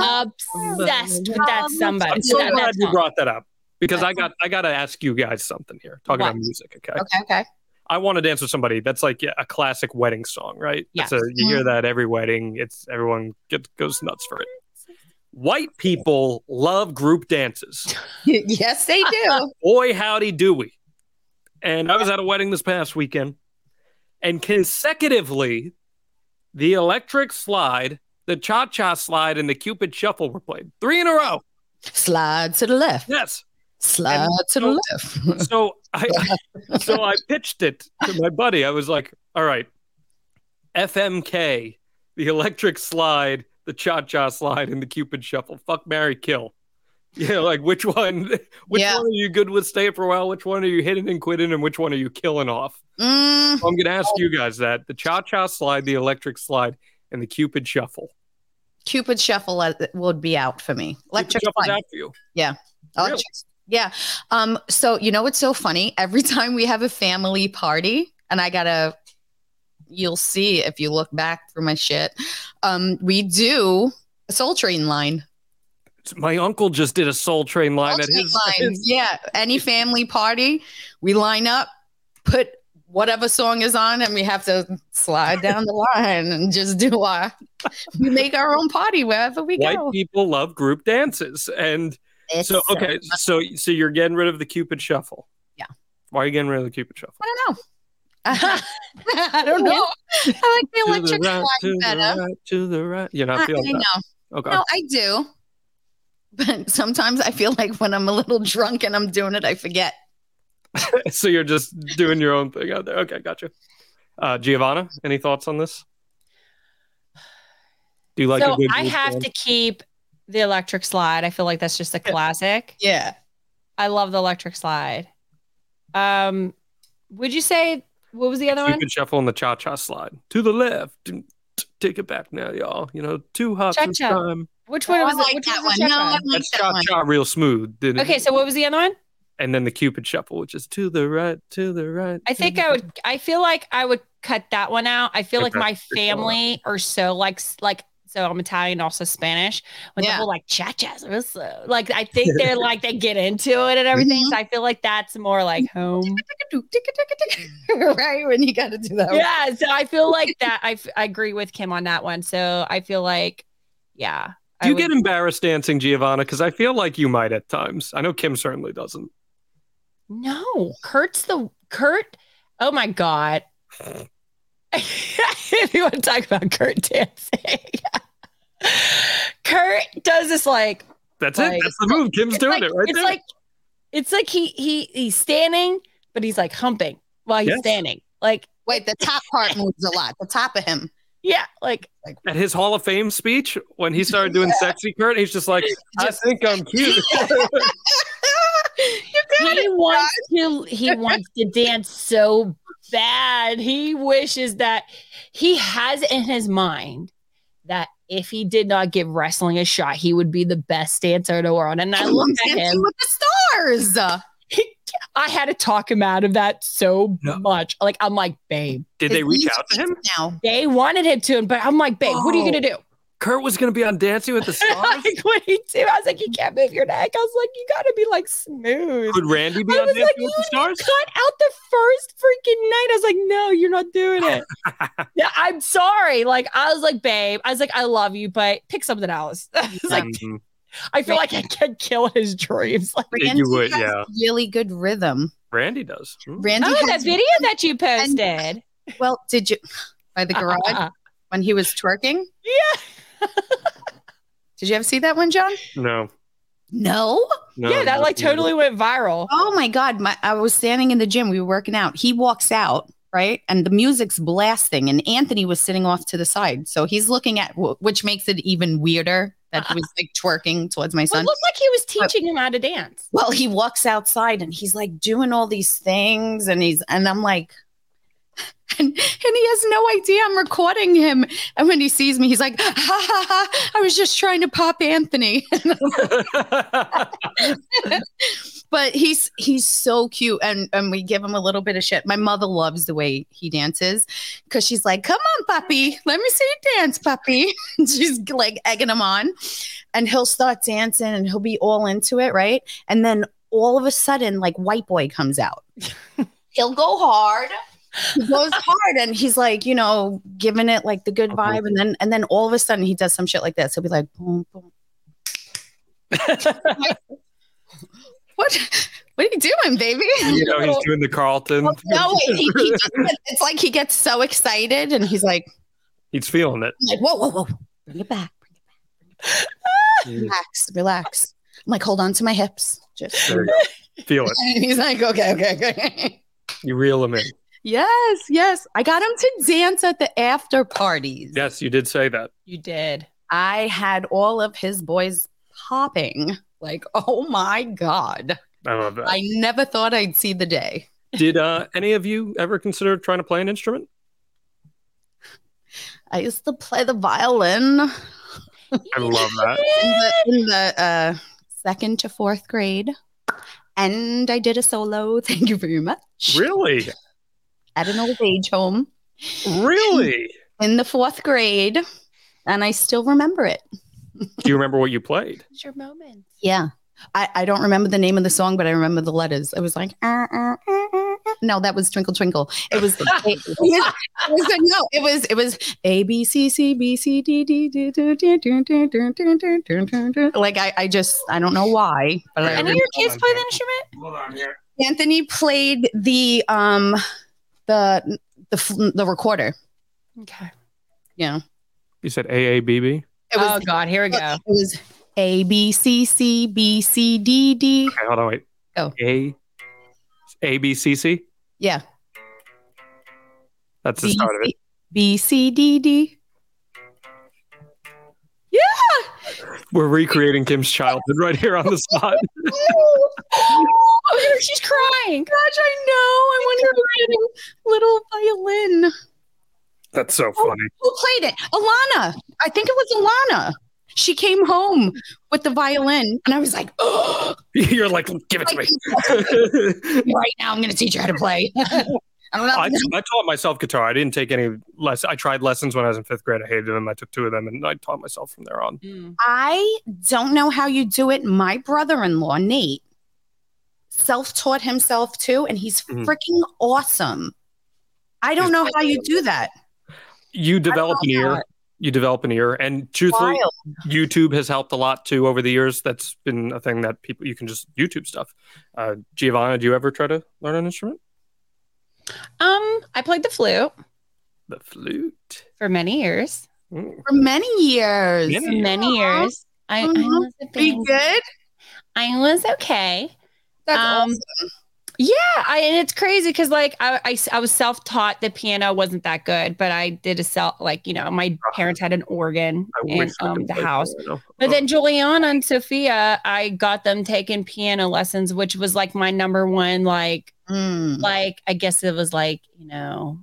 [SPEAKER 4] Obsessed with that somebody.
[SPEAKER 2] Oh, I'm so
[SPEAKER 4] that- that
[SPEAKER 2] glad you
[SPEAKER 4] song.
[SPEAKER 2] brought that up because I got I got to ask you guys something here. Talking about
[SPEAKER 4] What?
[SPEAKER 2] music, okay?
[SPEAKER 3] Okay, okay.
[SPEAKER 2] I want to dance with somebody. That's like yeah, a classic wedding song, right?
[SPEAKER 4] Yeah.
[SPEAKER 2] That's a, you hear that every wedding. It's everyone gets, goes nuts for it. White people love group dances.
[SPEAKER 3] yes, they do.
[SPEAKER 2] Boy, howdy do we! And I was at a wedding this past weekend, and consecutively, the electric slide, the cha cha slide, and the cupid shuffle were played three in a row.
[SPEAKER 3] Slide to the left.
[SPEAKER 2] Yes.
[SPEAKER 3] Slide to the left.
[SPEAKER 2] so I so I pitched it to my buddy. I was like, all right, FMK, the electric slide, the cha cha slide, and the cupid shuffle. Fuck Mary Kill. Yeah, like which one which
[SPEAKER 3] Yeah.
[SPEAKER 2] one are you good with staying for a while? Which one are you hitting and quitting and which one are you killing off?
[SPEAKER 3] Mm,
[SPEAKER 2] I'm gonna ask you guys that. The cha cha slide, the electric slide, and the cupid shuffle.
[SPEAKER 3] Cupid shuffle uh, would be out for me. Electric
[SPEAKER 2] cupid shuffle's
[SPEAKER 3] slide.
[SPEAKER 2] out for you. Really?
[SPEAKER 3] Electric. Yeah. Um, so you know what's so funny? Every time we have a family party, and I gotta you'll see if you look back through my shit. Um, we do a soul train line.
[SPEAKER 2] My uncle just did a soul train line
[SPEAKER 3] Soul
[SPEAKER 2] at
[SPEAKER 3] Train
[SPEAKER 2] his,
[SPEAKER 3] line.
[SPEAKER 2] his
[SPEAKER 3] Yeah. Any family party, we line up, put whatever song is on, and we have to slide down the line and just do our we make our own party wherever we
[SPEAKER 2] white
[SPEAKER 3] go.
[SPEAKER 2] people love group dances. And
[SPEAKER 3] It's,
[SPEAKER 2] So
[SPEAKER 3] uh,
[SPEAKER 2] okay, so so you're getting rid of the Cupid shuffle.
[SPEAKER 3] Yeah.
[SPEAKER 2] Why are you getting rid of the Cupid shuffle?
[SPEAKER 3] I don't know. I don't know. I like the electric
[SPEAKER 2] to the right, to
[SPEAKER 3] slide better.
[SPEAKER 2] the right, to the right. You're not
[SPEAKER 3] I, I
[SPEAKER 2] feeling
[SPEAKER 3] know.
[SPEAKER 2] that. Okay.
[SPEAKER 3] No, I do. But sometimes I feel like when I'm a little drunk and I'm doing it, I forget.
[SPEAKER 2] so you're just doing your own thing out there. Okay, gotcha. Uh, Giovanna, any thoughts on this? Do you like
[SPEAKER 4] so
[SPEAKER 2] a good
[SPEAKER 4] I
[SPEAKER 2] group
[SPEAKER 4] have
[SPEAKER 2] dance?
[SPEAKER 4] to keep the electric slide. I feel like that's just a classic.
[SPEAKER 3] Yeah.
[SPEAKER 4] I love the electric slide. Um, would you say what was the other one?
[SPEAKER 2] Cupid shuffle and the cha cha slide. To the left. T- Take it back now, y'all. You know, too hot this
[SPEAKER 4] Cha-cha.
[SPEAKER 2] time.
[SPEAKER 4] Which
[SPEAKER 3] Oh, I
[SPEAKER 4] one was
[SPEAKER 3] like
[SPEAKER 4] it? Which
[SPEAKER 3] that
[SPEAKER 4] was
[SPEAKER 3] one. No,
[SPEAKER 4] the cha-cha?
[SPEAKER 3] I like
[SPEAKER 2] That's
[SPEAKER 3] that
[SPEAKER 2] cha
[SPEAKER 3] one.
[SPEAKER 2] cha real smooth. Did it?
[SPEAKER 4] Okay, so what was the other one?
[SPEAKER 2] And then the Cupid shuffle, which is to the right, to the right.
[SPEAKER 4] I
[SPEAKER 2] to
[SPEAKER 4] think
[SPEAKER 2] the
[SPEAKER 4] I would. I feel like I would cut that one out. I feel like
[SPEAKER 2] Okay,
[SPEAKER 4] my
[SPEAKER 2] sure.
[SPEAKER 4] family are so like like so. I'm Italian, also Spanish. With
[SPEAKER 3] Yeah.
[SPEAKER 4] the whole like cha chas, like I think they're like they get into it and everything.
[SPEAKER 3] Mm-hmm.
[SPEAKER 4] So I feel like that's more like home.
[SPEAKER 3] right when you got to do that. one.
[SPEAKER 4] Yeah. So I feel like that. I, f- I agree with Kim on that one. So I feel like, yeah.
[SPEAKER 2] Do
[SPEAKER 4] I
[SPEAKER 2] you
[SPEAKER 4] would-
[SPEAKER 2] get embarrassed dancing, Giovanna? Because I feel like you might at times. I know Kim certainly doesn't.
[SPEAKER 4] No, Kurt's the Kurt. Oh my god. if you want to talk about Kurt dancing, Kurt does this like
[SPEAKER 2] That's it.
[SPEAKER 4] Right.
[SPEAKER 2] That's the move. Kim's
[SPEAKER 4] it's
[SPEAKER 2] doing
[SPEAKER 4] like,
[SPEAKER 2] it right
[SPEAKER 4] it's
[SPEAKER 2] there.
[SPEAKER 4] like it's like he he he's standing, but he's like humping while he's
[SPEAKER 2] Yes.
[SPEAKER 4] standing. Like
[SPEAKER 3] Wait, the top part moves a lot. The top of him.
[SPEAKER 4] yeah, like
[SPEAKER 2] at his Hall of Fame speech, when he started doing sexy Kurt, he's just like, I think I'm cute.
[SPEAKER 3] you got
[SPEAKER 4] he
[SPEAKER 3] it.
[SPEAKER 4] wants to he wants to dance so bad. He wishes that he has in his mind that if he did not give wrestling a shot, he would be the best dancer in the world. And I look at
[SPEAKER 3] Dancing
[SPEAKER 4] him.
[SPEAKER 3] with the stars.
[SPEAKER 4] I had to talk him out of that so
[SPEAKER 2] No.
[SPEAKER 4] much. Like I'm like, babe,
[SPEAKER 2] Did they
[SPEAKER 3] It's
[SPEAKER 2] reach
[SPEAKER 3] easy
[SPEAKER 2] out to him?
[SPEAKER 3] now?
[SPEAKER 4] they wanted him to, but I'm like, babe, what are you gonna do?
[SPEAKER 2] Kurt was going to be on Dancing with the Stars.
[SPEAKER 4] like, what do you do? I was like, you can't move your neck. I was like, you gotta be like smooth.
[SPEAKER 2] Could Randy be
[SPEAKER 4] I
[SPEAKER 2] on
[SPEAKER 4] was
[SPEAKER 2] Dancing
[SPEAKER 4] like,
[SPEAKER 2] with
[SPEAKER 4] you
[SPEAKER 2] the Stars?
[SPEAKER 4] cut out the first freaking night. I was like, no, you're not doing it. yeah, I'm sorry. Like, I was like, babe, I was like, I love you, but pick something else. I was like,
[SPEAKER 2] Mhm.
[SPEAKER 4] I feel like I could kill his dreams. Like,
[SPEAKER 3] Randy
[SPEAKER 2] would,
[SPEAKER 3] has
[SPEAKER 2] yeah.
[SPEAKER 3] Really good rhythm.
[SPEAKER 2] Randy does. Hmm.
[SPEAKER 3] Randy
[SPEAKER 4] oh, that
[SPEAKER 3] has
[SPEAKER 4] video that you posted.
[SPEAKER 3] well. Did you by the garage when he was twerking?
[SPEAKER 4] yeah.
[SPEAKER 3] Did you ever see that one, John?
[SPEAKER 2] No.
[SPEAKER 3] No.
[SPEAKER 2] No,
[SPEAKER 4] yeah, that
[SPEAKER 2] no,
[SPEAKER 4] like
[SPEAKER 2] no.
[SPEAKER 4] totally went viral.
[SPEAKER 3] Oh my God. My, I was standing in the gym. We were working out. He walks out, right? And the music's blasting. And Anthony was sitting off to the side. So he's looking at, wh- which makes it even weirder that he was like twerking towards my
[SPEAKER 4] Well,
[SPEAKER 3] son.
[SPEAKER 4] it looked like he was teaching him how to dance.
[SPEAKER 3] Well, he walks outside and he's like doing all these things. And he's, and I'm like, and, and he has no idea I'm recording him. And when he sees me, he's like, ha ha ha, I was just trying to pop Anthony. but he's he's so cute and and we give him a little bit of shit my mother loves the way he dances because she's like come on puppy let me see you dance puppy And she's like egging him on and he'll start dancing and he'll be all into it right and then all of a sudden like white boy comes out he'll go hard he goes hard and he's like you know giving it like the good vibe and then and then all of a sudden he does some shit like this he'll be like boom, boom. what what are you doing baby
[SPEAKER 2] you know, he's doing the
[SPEAKER 4] Oh,
[SPEAKER 2] Carlton.
[SPEAKER 3] Well, no, he, he just, it's like he gets so excited and he's like,
[SPEAKER 2] He's feeling it.
[SPEAKER 3] like, whoa, whoa, whoa, bring it back, bring it back, relax, relax. I'm like, hold on to my hips. Just
[SPEAKER 2] There you go. Feel it.
[SPEAKER 3] and he's like, okay, okay, okay.
[SPEAKER 2] You reel him in.
[SPEAKER 3] yes, yes. I got him to dance at the after parties.
[SPEAKER 2] Yes, you did say that.
[SPEAKER 4] You did.
[SPEAKER 3] I had all of his boys popping. Like, oh my God.
[SPEAKER 2] I love that.
[SPEAKER 3] I never thought I'd see the day.
[SPEAKER 2] Did uh, any of you ever consider trying to play an instrument?
[SPEAKER 3] I used to play the violin.
[SPEAKER 2] I love that.
[SPEAKER 3] in the, in the uh, second to fourth grade. And I did a solo. Thank you very much.
[SPEAKER 2] Really?
[SPEAKER 3] At an old age home
[SPEAKER 2] Really?
[SPEAKER 3] in the fourth grade. And I still remember it.
[SPEAKER 2] Do you remember what you played?
[SPEAKER 4] It's your moment.
[SPEAKER 3] Yeah. I, I don't remember the name of the song, but I remember the letters. It was like, uh, uh, uh, uh, uh. no, that was Twinkle Twinkle. It was, it, was, it was a- no, it was, it was A, B, C, C, B, C, D, D, D, D, D, D, D, D, D, D, D, D, D. Like, I, I just, I don't know why, but I
[SPEAKER 4] Any of
[SPEAKER 2] Oh,
[SPEAKER 4] your kids play the instrument?
[SPEAKER 2] Hold on here.
[SPEAKER 3] Anthony played the um the the fl- the recorder.
[SPEAKER 4] Okay.
[SPEAKER 3] Yeah,
[SPEAKER 2] You said AABB?
[SPEAKER 3] it
[SPEAKER 4] oh
[SPEAKER 3] was
[SPEAKER 4] God, here we go.
[SPEAKER 3] it was A B C C B C D D.
[SPEAKER 2] Okay, hold on, wait.
[SPEAKER 3] Go.
[SPEAKER 2] A A B C C?
[SPEAKER 3] Yeah,
[SPEAKER 2] That's the
[SPEAKER 3] B,
[SPEAKER 2] start of it.
[SPEAKER 3] C- B C D D.
[SPEAKER 2] We're recreating Kim's childhood right here on the spot.
[SPEAKER 4] oh, here she's crying.
[SPEAKER 3] Gosh, I know. I want to little violin.
[SPEAKER 2] That's so funny.
[SPEAKER 3] Who played it? Alana. I think it was Alana. She came home with the violin, and I was like, "Oh,
[SPEAKER 2] You're like, give it to me.
[SPEAKER 3] right now I'm going to teach her how to play." I don't know.
[SPEAKER 2] Oh, I, I taught myself guitar. I didn't take any less. I tried lessons when I was in fifth grade. I hated them. I took two of them, and I taught myself from there on.
[SPEAKER 4] Mm.
[SPEAKER 3] I don't know how you do it. My brother in law, Nate, self taught himself too, and he's
[SPEAKER 2] Mhm.
[SPEAKER 3] freaking awesome. I don't know how you do that.
[SPEAKER 2] You develop an ear.
[SPEAKER 3] not?
[SPEAKER 2] You develop an ear, and truthfully,
[SPEAKER 3] Wild.
[SPEAKER 2] YouTube has helped a lot too over the years. That's been a thing that people you can just YouTube stuff. Uh, Giovanna, do you ever try to learn an instrument?
[SPEAKER 4] Um, I played the flute
[SPEAKER 2] The flute.
[SPEAKER 4] for many years.
[SPEAKER 2] Mm.
[SPEAKER 3] For many years.
[SPEAKER 2] Many
[SPEAKER 4] For many
[SPEAKER 3] Aw.
[SPEAKER 4] years. I, I
[SPEAKER 3] Aw.
[SPEAKER 4] was a
[SPEAKER 3] Be
[SPEAKER 4] band.
[SPEAKER 3] good.
[SPEAKER 4] I was okay.
[SPEAKER 3] That's
[SPEAKER 4] Um,
[SPEAKER 3] awesome.
[SPEAKER 4] Yeah, I, and it's crazy because like I, I I was self taught. The piano wasn't that good, but I did a self like you know my parents had an organ
[SPEAKER 2] Uh-huh. I
[SPEAKER 4] in
[SPEAKER 2] wish I
[SPEAKER 4] um,
[SPEAKER 2] could
[SPEAKER 4] the
[SPEAKER 2] play
[SPEAKER 4] house.
[SPEAKER 2] piano. Oh,
[SPEAKER 4] But then Juliana and Sophia, I got them taking piano lessons, which was like my number one like
[SPEAKER 3] Mm.
[SPEAKER 4] like I guess it was like you know,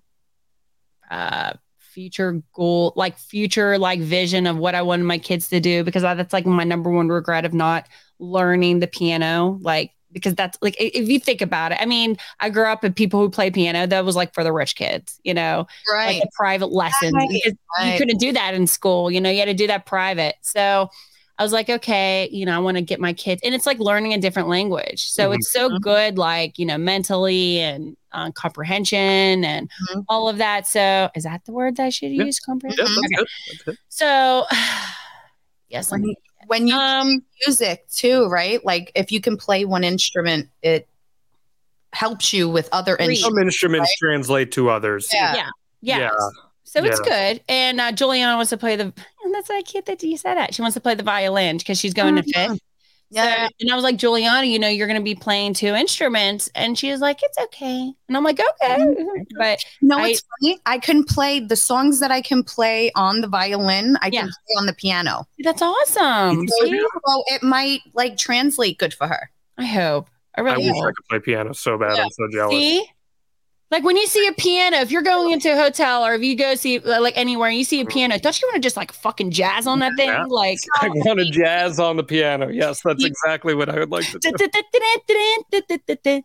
[SPEAKER 4] uh, future goal like future like vision of what I wanted my kids to do because I, that's like my number one regret of not learning the piano like because that's like i- if you think about it I mean I grew up with people who play piano that was like for the rich kids you know
[SPEAKER 3] Right.
[SPEAKER 4] like the private lessons
[SPEAKER 3] Right.
[SPEAKER 4] because you
[SPEAKER 3] right.
[SPEAKER 4] couldn't do that in school. You know, you had to do that private. So I was like, okay, you know, I want to get my kids, and it's like learning a different language. So
[SPEAKER 2] Mhm.
[SPEAKER 4] it's
[SPEAKER 3] Uh-huh.
[SPEAKER 4] so good, like you know, mentally and uh, comprehension and
[SPEAKER 3] Mhm.
[SPEAKER 4] all of that. So is that the word that I should
[SPEAKER 2] Yeah.
[SPEAKER 4] use?
[SPEAKER 2] Yeah,
[SPEAKER 4] Comprehension.
[SPEAKER 2] that's
[SPEAKER 4] Okay.
[SPEAKER 2] good. That's good.
[SPEAKER 4] So yes, I'm-
[SPEAKER 3] when, when you
[SPEAKER 4] um,
[SPEAKER 3] music too, right? Like if you can play one instrument, it helps you with other
[SPEAKER 4] Read.
[SPEAKER 3] instruments.
[SPEAKER 2] Some instruments translate to others.
[SPEAKER 3] Yeah.
[SPEAKER 4] yeah.
[SPEAKER 2] Yeah.
[SPEAKER 4] So it's good. And uh,
[SPEAKER 3] Mm-hmm.
[SPEAKER 4] Juliana wants to play the. And that's Mm-hmm. so cute that you said that. She wants to play the violin because she's going to fifth.
[SPEAKER 3] Yeah.
[SPEAKER 4] So, and I was like, Juliana, you know, you're going to be playing two instruments. And she was like, it's okay. And I'm like, okay.
[SPEAKER 3] Mm-hmm.
[SPEAKER 4] But
[SPEAKER 3] No,
[SPEAKER 4] I-
[SPEAKER 3] it's funny. I can play the songs that I can play on the violin. I
[SPEAKER 4] Yeah.
[SPEAKER 3] can play on the piano.
[SPEAKER 4] that's awesome.
[SPEAKER 3] So
[SPEAKER 4] See?
[SPEAKER 3] it might like translate good for her.
[SPEAKER 4] I hope. I
[SPEAKER 2] I
[SPEAKER 4] really
[SPEAKER 2] wish I
[SPEAKER 4] hope.
[SPEAKER 2] could play piano so bad. I'm so jealous.
[SPEAKER 4] See? Like when you see a piano, if you're going into a hotel or if you go see uh, like anywhere and you see a piano, don't you want to just like fucking jazz on that thing?
[SPEAKER 2] Yeah.
[SPEAKER 4] Like,
[SPEAKER 2] I want to jazz on the piano. Yes, that's exactly what I would like to do.
[SPEAKER 3] Well,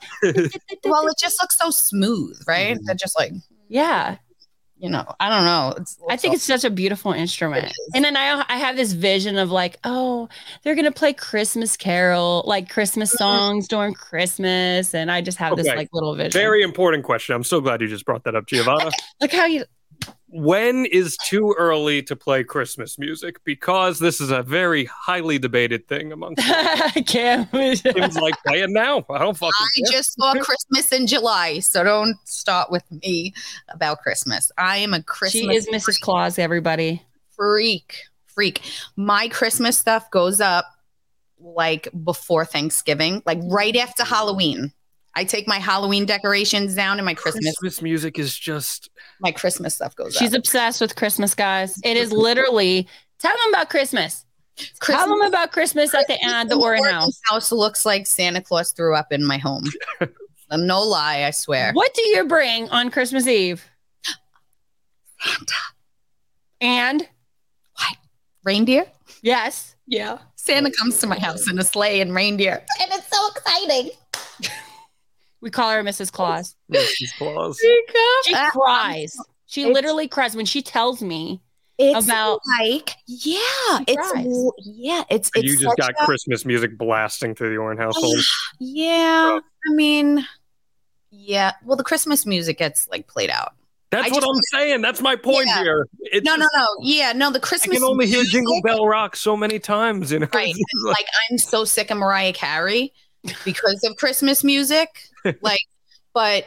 [SPEAKER 3] it just looks so smooth, right?
[SPEAKER 5] Mhm.
[SPEAKER 3] They're just like,
[SPEAKER 4] yeah.
[SPEAKER 3] you know, I don't know. It's,
[SPEAKER 4] I think it's such a beautiful instrument.
[SPEAKER 3] It is.
[SPEAKER 4] And then I I have this vision of like, oh, they're gonna play Christmas Carol, like Christmas songs during Christmas, and I just have this
[SPEAKER 2] Okay.
[SPEAKER 4] like little vision.
[SPEAKER 2] Very important question. I'm so glad you just brought that up, Giovanna.
[SPEAKER 4] like how you
[SPEAKER 2] When is too early to play Christmas music? Because this is a very highly debated thing amongst
[SPEAKER 4] I can't.
[SPEAKER 2] Kim's like, play it now. I don't fucking
[SPEAKER 3] I
[SPEAKER 2] care.
[SPEAKER 3] just saw Christmas in July, so don't start with me about Christmas. I am a Christmas
[SPEAKER 4] she is Mrs. Claus, everybody.
[SPEAKER 3] freak, freak. My Christmas stuff goes up like before Thanksgiving, like right after Halloween. I take my Halloween decorations down and my Christmas
[SPEAKER 2] Christmas music is just
[SPEAKER 3] my Christmas stuff goes
[SPEAKER 4] She's
[SPEAKER 3] up.
[SPEAKER 4] obsessed with Christmas, guys. It is literally tell them about Christmas. Tell them about Christmas at the end, the
[SPEAKER 3] in
[SPEAKER 4] Orrin
[SPEAKER 3] Orton
[SPEAKER 4] House.
[SPEAKER 3] house looks like Santa Claus threw up in my home. no lie, I swear.
[SPEAKER 4] What do you bring on Christmas Eve?
[SPEAKER 3] Santa.
[SPEAKER 4] And
[SPEAKER 3] Reindeer?
[SPEAKER 4] yes, yeah.
[SPEAKER 3] Santa comes to my house in a sleigh and reindeer. And it's so exciting.
[SPEAKER 4] We call her Mrs. Claus.
[SPEAKER 2] Mrs. Claus.
[SPEAKER 4] She
[SPEAKER 3] Uh,
[SPEAKER 4] cries. She
[SPEAKER 3] it's-
[SPEAKER 4] literally cries when she tells me.
[SPEAKER 3] It's
[SPEAKER 4] About-
[SPEAKER 3] like yeah,
[SPEAKER 4] Surprise.
[SPEAKER 3] it's l- yeah, it's it's
[SPEAKER 2] You just
[SPEAKER 3] such
[SPEAKER 2] got
[SPEAKER 3] a- Oh,
[SPEAKER 2] Christmas music blasting through the Orin household.
[SPEAKER 3] Yeah, I mean, yeah. Well, the Christmas music gets like played out.
[SPEAKER 2] That's
[SPEAKER 3] I
[SPEAKER 2] what
[SPEAKER 3] just-
[SPEAKER 2] I'm saying. That's my point
[SPEAKER 3] Yeah.
[SPEAKER 2] here. It's
[SPEAKER 3] No,
[SPEAKER 2] just-
[SPEAKER 3] no, no. Yeah, no. The
[SPEAKER 2] I
[SPEAKER 3] Christmas.
[SPEAKER 2] can only hear
[SPEAKER 3] music,
[SPEAKER 2] Jingle Bell Rock so many times. You know?
[SPEAKER 3] Right.
[SPEAKER 2] It's like-
[SPEAKER 3] Like I'm so sick of Mariah Carey because of Christmas music. Like, but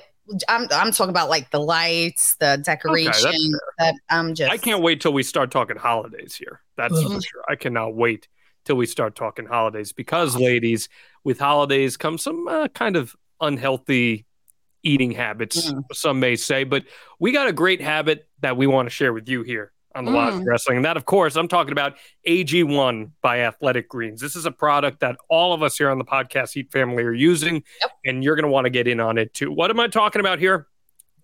[SPEAKER 3] I'm I'm talking about like the lights, the
[SPEAKER 2] that's
[SPEAKER 3] decoration. that I'm just.
[SPEAKER 2] I can't wait till we start talking holidays here. That's
[SPEAKER 3] Mm-hmm.
[SPEAKER 2] for sure. I cannot wait till we start talking holidays because, ladies, with holidays come some uh, kind of unhealthy eating habits, some may say. But we got a great habit that we want to share with you here on the Live
[SPEAKER 4] Mm.
[SPEAKER 2] Wrestling. And that, of course, I'm talking about AG1 by Athletic Greens. This is a product that all of us here on the podcast Heat family are using, and you're going to want to get in on it too. What am I talking about here?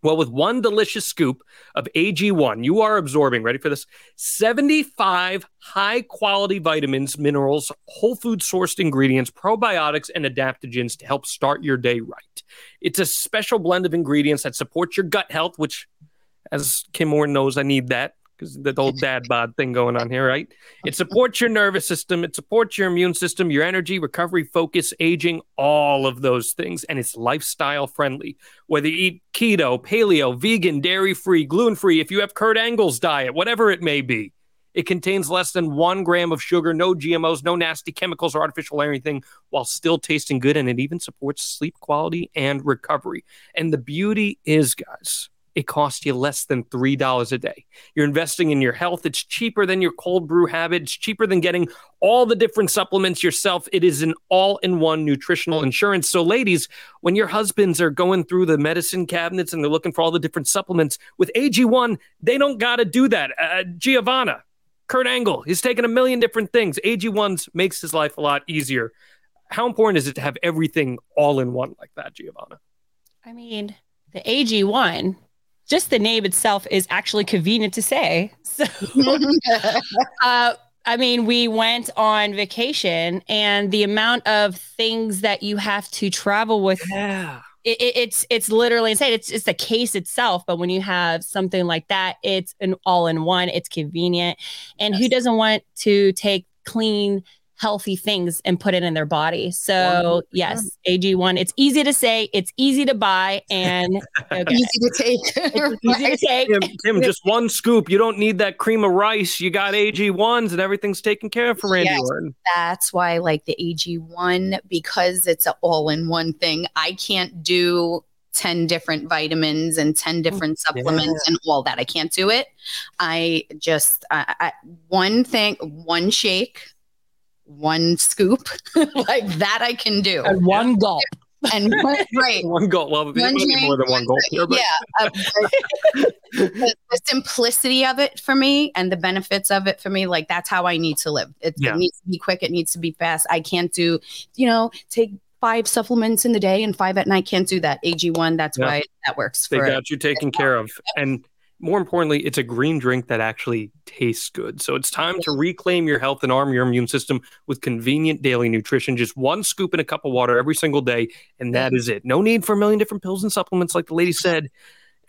[SPEAKER 2] Well, with one delicious scoop of AG1, you are absorbing, ready for this, 75 high quality vitamins, minerals, whole food sourced ingredients, probiotics, and adaptogens to help start your day right. It's a special blend of ingredients that supports your gut health, which, as Kim Moore knows, I need that because the old dad bod thing going on here, right? It supports your nervous system, it supports your immune system, your energy, recovery, focus, aging, all of those things. And it's lifestyle friendly whether you eat keto, paleo, vegan, dairy free, gluten free, if you have Kurt Engel's diet, whatever it may be, it contains less than one gram of sugar, no GMOs, no nasty chemicals or artificial anything, while still tasting good. And it even supports sleep quality and recovery. And the beauty is, guys, it costs you less than $3 a day. You're investing in your health. It's cheaper than your cold brew habit. It's cheaper than getting all the different supplements yourself. It is an all in one nutritional insurance. So, ladies, when your husbands are going through the medicine cabinets and they're looking for all the different supplements with AG1, they don't got to do that. Uh, Giovanna, Kurt Angle, he's taking a million different things. AG1's makes his life a lot easier. How important is it to have everything all in one like that, Giovanna?
[SPEAKER 4] I mean, the AG1, just the name itself is actually convenient to say. So, uh, I mean, we went on vacation, and the amount of things that you have to travel with
[SPEAKER 2] Yeah.
[SPEAKER 4] it, it- it's it's literally insane. It's it's the case itself, but when you have something like that, it's an all in one. It's convenient, and who doesn't want to take clean, healthy things and put it in their body? So yes, AG one. It's easy to say. It's easy to buy, and okay.
[SPEAKER 3] Easy to take.
[SPEAKER 4] It's easy to take.
[SPEAKER 2] Tim, Tim, just one scoop. You don't need that cream of rice. You got AG1s and everything's taken care of for Randy
[SPEAKER 3] Yes.
[SPEAKER 2] Orton.
[SPEAKER 3] that's why I like the AG1 because it's an all in one thing. I can't do 10 different vitamins and 10 different supplements and all that. I can't do it. I just, I, I, one thing, one shake, one scoop. like that I can do.
[SPEAKER 4] And one gulp.
[SPEAKER 3] And one, right.
[SPEAKER 2] One gulp. Well, there
[SPEAKER 3] One
[SPEAKER 2] might be
[SPEAKER 3] drink,
[SPEAKER 2] more than one gulp here, but
[SPEAKER 3] yeah. uh, the, the simplicity of it for me and the benefits of it for me, like that's how I need to live. It,
[SPEAKER 2] Yeah.
[SPEAKER 3] it needs to be quick. It needs to be fast. I can't do, you know, take five supplements in the day and five at night. Can't do that. AG1, that's
[SPEAKER 2] Yeah.
[SPEAKER 3] why that works
[SPEAKER 2] they
[SPEAKER 3] for
[SPEAKER 2] got you taken care of. And more importantly, it's a green drink that actually tastes good. So it's time to reclaim your health and arm your immune system with convenient daily nutrition. Just one scoop in a cup of water every single day, and that is it. No need for a million different pills and supplements, like the lady said.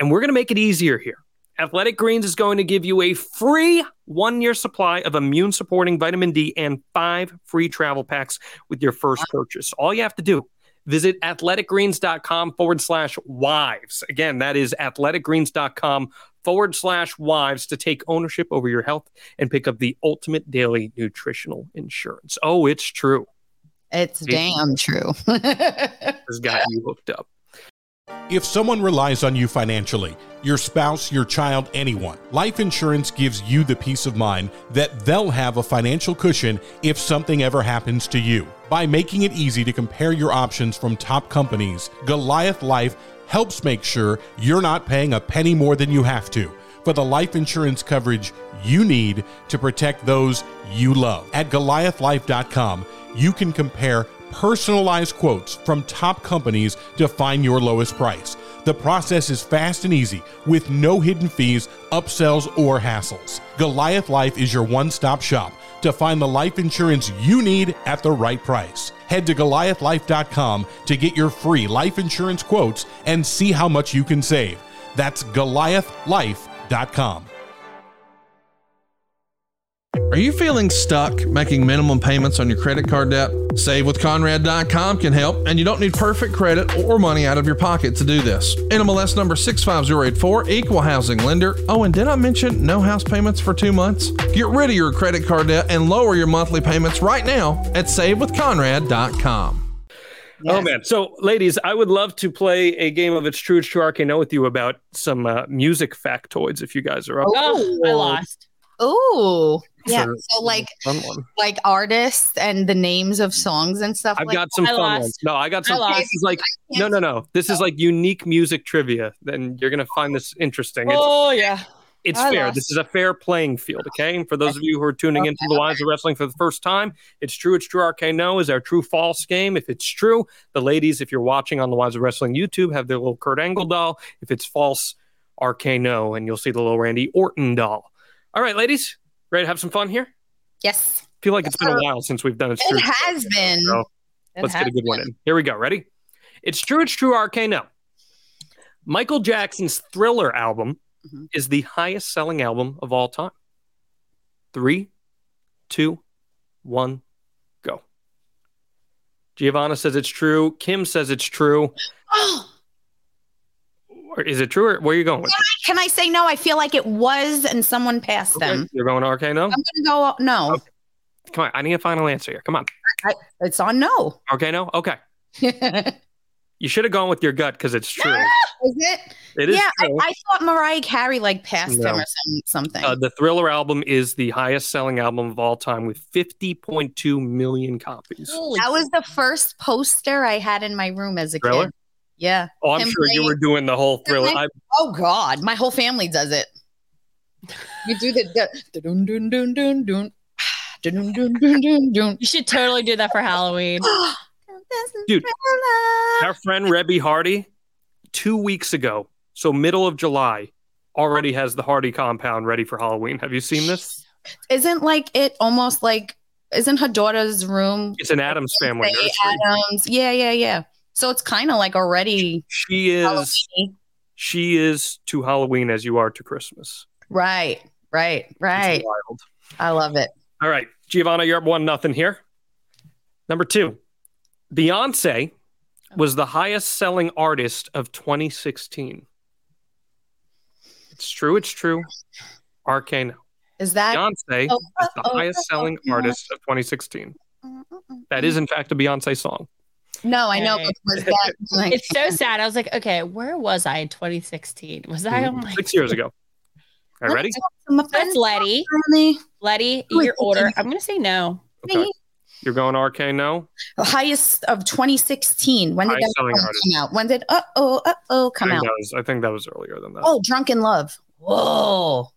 [SPEAKER 2] And we're going to make it easier here. Athletic Greens is going to give you a free one year supply of immune supporting vitamin D and five free travel packs with your first purchase. All you have to do Visit athleticgreens.com forward slash wives. Again, that is athleticgreens.com forward slash wives to take ownership over your health and pick up the ultimate daily nutritional insurance. Oh, it's true.
[SPEAKER 3] It's damn true.
[SPEAKER 2] This got you hooked up.
[SPEAKER 6] If someone relies on you financially, your spouse, your child, anyone, life insurance gives you the peace of mind that they'll have a financial cushion if something ever happens to you. By making it easy to compare your options from top companies, Goliath Life helps make sure you're not paying a penny more than you have to for the life insurance coverage you need to protect those you love. At GoliathLife.com, you can compare personalized quotes from top companies to find your lowest price. The process is fast and easy with no hidden fees, upsells, or hassles. Goliath Life is your one stop shop to find the life insurance you need at the right price. Head to GoliathLife.com to get your free life insurance quotes and see how much you can save. That's GoliathLife.com.
[SPEAKER 1] Are you feeling stuck making minimum payments on your credit card debt? SaveWithConrad.com can help, and you don't need perfect credit or money out of your pocket to do this. NMLS number 65084, equal housing lender. Oh, and did I mention no house payments for two months? Get rid of your credit card debt and lower your monthly payments right now at SaveWithConrad.com.
[SPEAKER 2] Oh, man. So, ladies, I would love to play a game of It's True, It's True, Arcane with you about some uh, music factoids if you guys are up.
[SPEAKER 4] Oh, I lost.
[SPEAKER 3] Ooh. Yeah.
[SPEAKER 2] Sure.
[SPEAKER 3] So like
[SPEAKER 2] Fun one.
[SPEAKER 3] like artists and the names of songs and stuff
[SPEAKER 2] I've
[SPEAKER 3] like
[SPEAKER 2] got some
[SPEAKER 4] I
[SPEAKER 2] fun
[SPEAKER 4] lost.
[SPEAKER 2] ones. No, I got
[SPEAKER 4] I
[SPEAKER 2] some.
[SPEAKER 4] lost.
[SPEAKER 2] This is like,
[SPEAKER 3] that.
[SPEAKER 2] no, no, no. This is like unique music trivia. Then you're going to find this interesting. It's-
[SPEAKER 4] Oh yeah.
[SPEAKER 2] it's
[SPEAKER 4] I
[SPEAKER 2] fair.
[SPEAKER 4] lost.
[SPEAKER 2] This is a fair playing field, okay? And for those of you who are tuning into the Lives of Wrestling for the first time, it's true, it's true. RK No is our true false game. If it's true, the ladies, if you're watching on the Lives of Wrestling YouTube, have their little Kurt Angle doll. If it's false, RK No, and you'll see the little Randy Orton doll. All right, ladies, ready to have some fun here?
[SPEAKER 3] Yes.
[SPEAKER 2] feel like it's been a while since we've done it's
[SPEAKER 3] It
[SPEAKER 2] true. it's
[SPEAKER 3] has
[SPEAKER 2] true.
[SPEAKER 3] been.
[SPEAKER 2] So,
[SPEAKER 4] It
[SPEAKER 2] Let's get a
[SPEAKER 4] happened.
[SPEAKER 2] good one in. Here we go. Ready? It's true. It's true. RK now. Michael Jackson's Thriller album
[SPEAKER 3] Mhm.
[SPEAKER 2] is the highest selling album of all time. Three, two, one, go. Giovanna says it's true. Kim says it's true.
[SPEAKER 3] Oh,
[SPEAKER 2] Or is it true? Or where are you going with it?
[SPEAKER 3] can I say no? I feel like it was and someone passed
[SPEAKER 2] Okay,
[SPEAKER 3] them.
[SPEAKER 2] You're going to RK no?
[SPEAKER 3] I'm gonna go no.
[SPEAKER 2] Okay. Come on. I need a final answer here. Come on.
[SPEAKER 3] It's on no.
[SPEAKER 2] RK no? Okay.
[SPEAKER 3] is it?
[SPEAKER 2] You should have gone with your gut because it's true. It is
[SPEAKER 3] yeah, I,
[SPEAKER 2] true.
[SPEAKER 3] I thought Mariah Carey like passed
[SPEAKER 2] No.
[SPEAKER 3] him or some, something.
[SPEAKER 2] Uh, the Thriller album is the highest selling album of all time with 50.2 million copies.
[SPEAKER 4] Holy
[SPEAKER 3] that was the first poster I had in my room as a
[SPEAKER 2] Thriller?
[SPEAKER 3] kid. Yeah.
[SPEAKER 2] Oh, I'm
[SPEAKER 3] Him
[SPEAKER 2] sure you
[SPEAKER 3] playing-
[SPEAKER 2] were doing the whole Thriller.
[SPEAKER 3] Really?
[SPEAKER 2] I,
[SPEAKER 3] Oh God, my whole family does it. You do the the- the dun dun dun dun dun dun dun dun dun dun.
[SPEAKER 4] You should totally do that for Halloween.
[SPEAKER 3] Oh
[SPEAKER 2] Dude. our friend Rebby Hardy, two weeks ago, so middle of July, already has the Hardy compound ready for Halloween. Have you seen this?
[SPEAKER 3] isn't like it almost like isn't her daughter's room?
[SPEAKER 2] It's an Adams family.
[SPEAKER 3] Say uh,
[SPEAKER 2] nursery.
[SPEAKER 3] Adams. Yeah, yeah, yeah. So it's kind of like already
[SPEAKER 2] She is
[SPEAKER 3] Halloween.
[SPEAKER 2] she is to Halloween as you are to Christmas.
[SPEAKER 3] Right, right,
[SPEAKER 2] It's
[SPEAKER 3] right.
[SPEAKER 2] wild.
[SPEAKER 3] I love it.
[SPEAKER 2] All right, Giovanna, you're up one nothing here. Number two, Beyonce was the highest selling artist of 2016. It's true. It's true. Arcane.
[SPEAKER 3] Is that
[SPEAKER 2] Beyonce is
[SPEAKER 3] oh,
[SPEAKER 2] the
[SPEAKER 3] oh,
[SPEAKER 2] highest selling
[SPEAKER 3] oh, oh.
[SPEAKER 2] artist of 2016. That is, in fact, a Beyonce song.
[SPEAKER 3] no? I know,
[SPEAKER 4] Okay.
[SPEAKER 3] but was that like
[SPEAKER 4] It's so sad. I was like, okay, where was I in 2016? Was I
[SPEAKER 2] Mm-hmm.
[SPEAKER 4] on my
[SPEAKER 2] Six years ago. All right, ready?
[SPEAKER 3] I'm a friend,
[SPEAKER 4] That's Letty.
[SPEAKER 3] finally.
[SPEAKER 4] Letty,
[SPEAKER 3] Who is
[SPEAKER 4] you're
[SPEAKER 3] it?
[SPEAKER 4] older. I'm gonna say no.
[SPEAKER 2] Okay. You're going RK no?
[SPEAKER 3] The highest of 2016. When did
[SPEAKER 2] Highest
[SPEAKER 3] that
[SPEAKER 2] selling
[SPEAKER 3] album
[SPEAKER 2] artist.
[SPEAKER 3] come out? When did uh oh uh oh come
[SPEAKER 2] I think,
[SPEAKER 3] out?
[SPEAKER 2] that was, I think that was earlier than that.
[SPEAKER 3] Oh, Drunken Love. Whoa.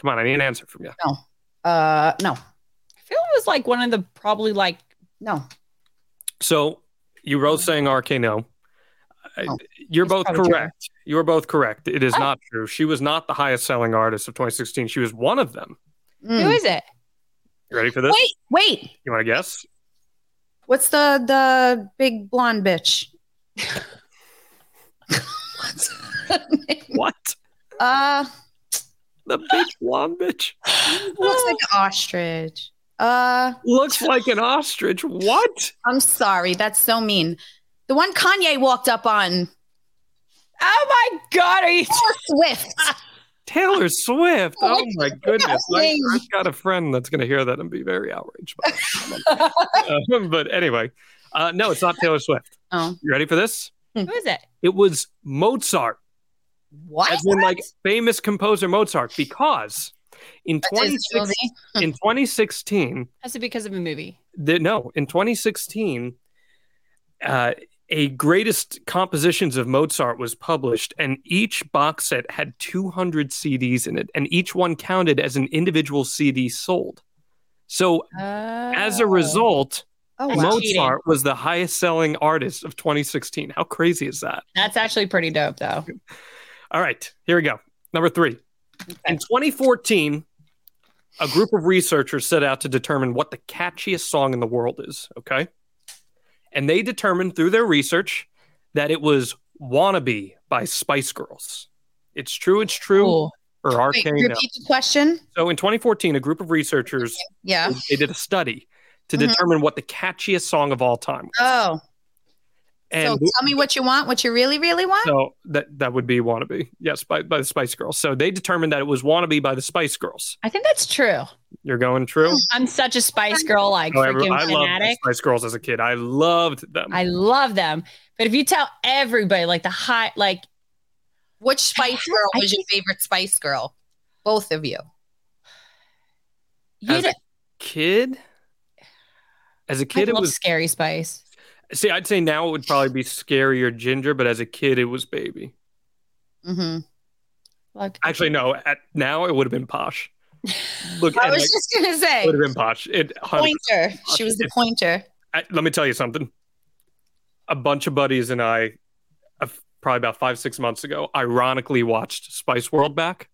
[SPEAKER 2] Come on, I need an answer from you.
[SPEAKER 3] Uh, no,
[SPEAKER 4] I feel it was like one of the probably like
[SPEAKER 3] no.
[SPEAKER 2] So you both saying RK no. I-
[SPEAKER 3] Oh,
[SPEAKER 2] You're
[SPEAKER 4] it's
[SPEAKER 2] both
[SPEAKER 4] probably true.
[SPEAKER 2] correct. You are both correct. It is
[SPEAKER 4] Oh.
[SPEAKER 2] not true. She was not the highest selling artist of 2016. She was one of them.
[SPEAKER 3] Mm.
[SPEAKER 4] who is it?
[SPEAKER 2] You ready for this?
[SPEAKER 3] Wait, wait.
[SPEAKER 2] You want to guess?
[SPEAKER 3] What's the the big blonde bitch? What's her name?
[SPEAKER 2] What?
[SPEAKER 3] Uh,
[SPEAKER 2] The big blonde bitch
[SPEAKER 3] looks like an ostrich. Uh,
[SPEAKER 2] looks like an ostrich. What?
[SPEAKER 3] I'm sorry. That's so mean. The one Kanye walked up on.
[SPEAKER 4] Oh my god, are you
[SPEAKER 3] Taylor Swift.
[SPEAKER 2] Taylor Swift. Oh my goodness. I,
[SPEAKER 3] happening?
[SPEAKER 2] I've got a friend that's going to hear that and be very outraged. By it. Uh, but anyway, uh, no, it's not Taylor Swift.
[SPEAKER 3] Oh,
[SPEAKER 2] You ready for this?
[SPEAKER 4] who is it?
[SPEAKER 2] It was Mozart.
[SPEAKER 3] what?
[SPEAKER 2] as in like famous composer Mozart, because in
[SPEAKER 3] That
[SPEAKER 2] twenty
[SPEAKER 3] is Josie.
[SPEAKER 2] in twenty sixteen,
[SPEAKER 4] Has it because of a movie?
[SPEAKER 2] the, no, in twenty sixteen, uh, a greatest compositions of Mozart was published, and each box set had two hundred CDs in it, and each one counted as an individual CD sold. So as a result,
[SPEAKER 3] Oh, wow.
[SPEAKER 2] Mozart
[SPEAKER 4] cheating.
[SPEAKER 2] was the highest selling artist of 2016. How crazy is that?
[SPEAKER 4] that's actually pretty dope though.
[SPEAKER 2] All right, here we go. Number three. In 2014, a group of researchers set out to determine what the catchiest song in the world is. Okay. And they determined through their research that it was Wannabe by Spice Girls. It's true, it's true,
[SPEAKER 4] Cool.
[SPEAKER 2] or
[SPEAKER 3] Oh. Wait,
[SPEAKER 2] arcane.
[SPEAKER 3] repeat the question.
[SPEAKER 2] So in 2014, a group of researchers
[SPEAKER 3] Yeah.
[SPEAKER 2] they did a study to
[SPEAKER 3] Mhm.
[SPEAKER 2] determine what the catchiest song of all time was.
[SPEAKER 3] Oh, so
[SPEAKER 2] and
[SPEAKER 3] tell me what you want, what you really, really want.
[SPEAKER 2] So that that would be "Wannabe," yes, by, by the Spice Girls. So they determined that it was "Wannabe" by the Spice Girls.
[SPEAKER 4] I think that's true.
[SPEAKER 2] You're going true.
[SPEAKER 4] I'm such a Spice Girl like
[SPEAKER 2] However,
[SPEAKER 4] freaking
[SPEAKER 2] Oh, I loved the
[SPEAKER 4] fanatic.
[SPEAKER 2] Spice Girls as a kid. I loved them.
[SPEAKER 4] I love them. But if you tell everybody like the high like
[SPEAKER 3] Which Spice Girl
[SPEAKER 4] I
[SPEAKER 3] was your favorite Spice Girl? Both of you.
[SPEAKER 4] you
[SPEAKER 2] As a kid, as a kid,
[SPEAKER 4] I
[SPEAKER 2] it
[SPEAKER 4] love
[SPEAKER 2] was.
[SPEAKER 4] Scary Spice.
[SPEAKER 2] See, I'd say now it would probably be Scary or Ginger, but as a kid, it was Baby.
[SPEAKER 3] Mm-hmm.
[SPEAKER 4] Like
[SPEAKER 2] Actually, no. At now, it would have been Posh. Look,
[SPEAKER 3] I
[SPEAKER 2] at
[SPEAKER 3] was
[SPEAKER 2] it
[SPEAKER 3] just gonna say
[SPEAKER 2] would have been Posh. It. 100%.
[SPEAKER 3] pointer. She was the pointer.
[SPEAKER 2] I, let me tell you something. A bunch of buddies and I, uh, probably about five six months ago, ironically watched Spice World back.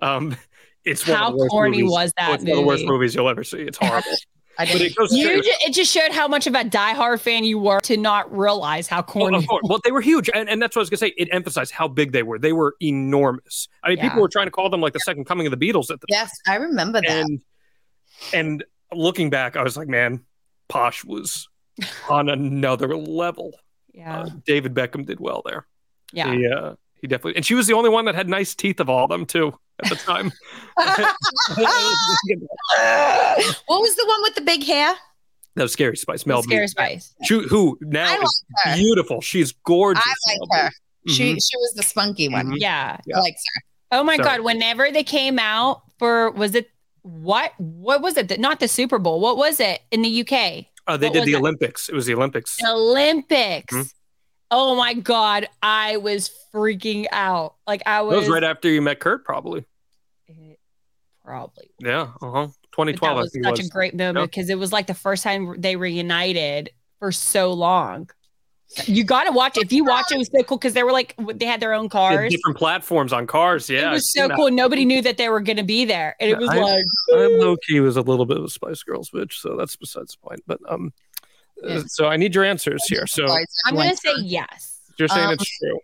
[SPEAKER 2] Um, it's one
[SPEAKER 4] how
[SPEAKER 2] of the worst
[SPEAKER 4] corny
[SPEAKER 2] movies.
[SPEAKER 4] was
[SPEAKER 2] Oh,
[SPEAKER 4] that
[SPEAKER 2] it's one of the worst
[SPEAKER 4] movie?
[SPEAKER 2] movies you'll ever see. It's horrible.
[SPEAKER 3] I
[SPEAKER 2] but
[SPEAKER 3] didn't.
[SPEAKER 2] it goes to show
[SPEAKER 4] You
[SPEAKER 2] you-
[SPEAKER 4] ju- it just showed how much of a diehard fan you were to not realize how
[SPEAKER 2] Well,
[SPEAKER 4] corny.
[SPEAKER 2] of course. Well, they were huge, and, and that's what I was gonna say. It emphasized how big they were. They were enormous. I mean,
[SPEAKER 4] Yeah.
[SPEAKER 2] people were trying to call them like the second coming of the Beatles at the
[SPEAKER 3] Yes, I remember that.
[SPEAKER 2] and and looking back, I was like, man, Posh was on another level.
[SPEAKER 4] Yeah,
[SPEAKER 2] Uh, David Beckham did well there.
[SPEAKER 4] yeah.
[SPEAKER 2] He, uh, he definitely, and she was the only one that had nice teeth of all of them too at the time. that
[SPEAKER 3] what was the one with the big hair?
[SPEAKER 2] was Scary Spice.
[SPEAKER 4] The
[SPEAKER 2] Mel B,
[SPEAKER 4] Scary Spice.
[SPEAKER 2] She, who now
[SPEAKER 3] I
[SPEAKER 2] is
[SPEAKER 3] her.
[SPEAKER 2] beautiful. She's gorgeous.
[SPEAKER 3] I like
[SPEAKER 2] Mel B.
[SPEAKER 3] her. She
[SPEAKER 2] Mhm.
[SPEAKER 3] she was the spunky one.
[SPEAKER 2] Mhm.
[SPEAKER 4] Yeah.
[SPEAKER 2] Yeah.
[SPEAKER 3] I liked her.
[SPEAKER 4] Oh my
[SPEAKER 2] So-
[SPEAKER 4] god! Whenever they came out for was it what what was it? Not the Super Bowl. What was it in the UK?
[SPEAKER 2] Uh, they
[SPEAKER 4] What
[SPEAKER 2] did
[SPEAKER 4] was
[SPEAKER 2] the
[SPEAKER 4] it?
[SPEAKER 2] Olympics. It was the Olympics.
[SPEAKER 4] The Olympics.
[SPEAKER 2] Mhm.
[SPEAKER 4] Oh my god! I was freaking out. Like I
[SPEAKER 2] That
[SPEAKER 4] was,
[SPEAKER 2] was right after you met Kurt, probably.
[SPEAKER 4] It probably.
[SPEAKER 2] Yeah. Uh huh.
[SPEAKER 4] But that
[SPEAKER 2] 2012.
[SPEAKER 4] was
[SPEAKER 2] I think
[SPEAKER 4] such
[SPEAKER 2] it
[SPEAKER 4] a
[SPEAKER 2] was.
[SPEAKER 4] great
[SPEAKER 2] Yeah.
[SPEAKER 4] moment because it was like the first time they reunited for so long. You got to watch. If you watch, it was so cool because they were like they had their own
[SPEAKER 2] They had
[SPEAKER 4] cars.
[SPEAKER 2] different platforms on cars. Yeah.
[SPEAKER 4] it
[SPEAKER 2] I've
[SPEAKER 4] was
[SPEAKER 2] seen
[SPEAKER 4] so
[SPEAKER 2] that.
[SPEAKER 4] cool. Nobody knew that they were going to be there, and it was
[SPEAKER 2] I-
[SPEAKER 4] like
[SPEAKER 2] I low key was a little bit of a Spice Girls bitch, so that's besides the point. But um, uh,
[SPEAKER 3] Yeah.
[SPEAKER 2] so I need your answers here. So
[SPEAKER 4] I'm going to say yes.
[SPEAKER 2] you're saying
[SPEAKER 3] Um,
[SPEAKER 2] it's true.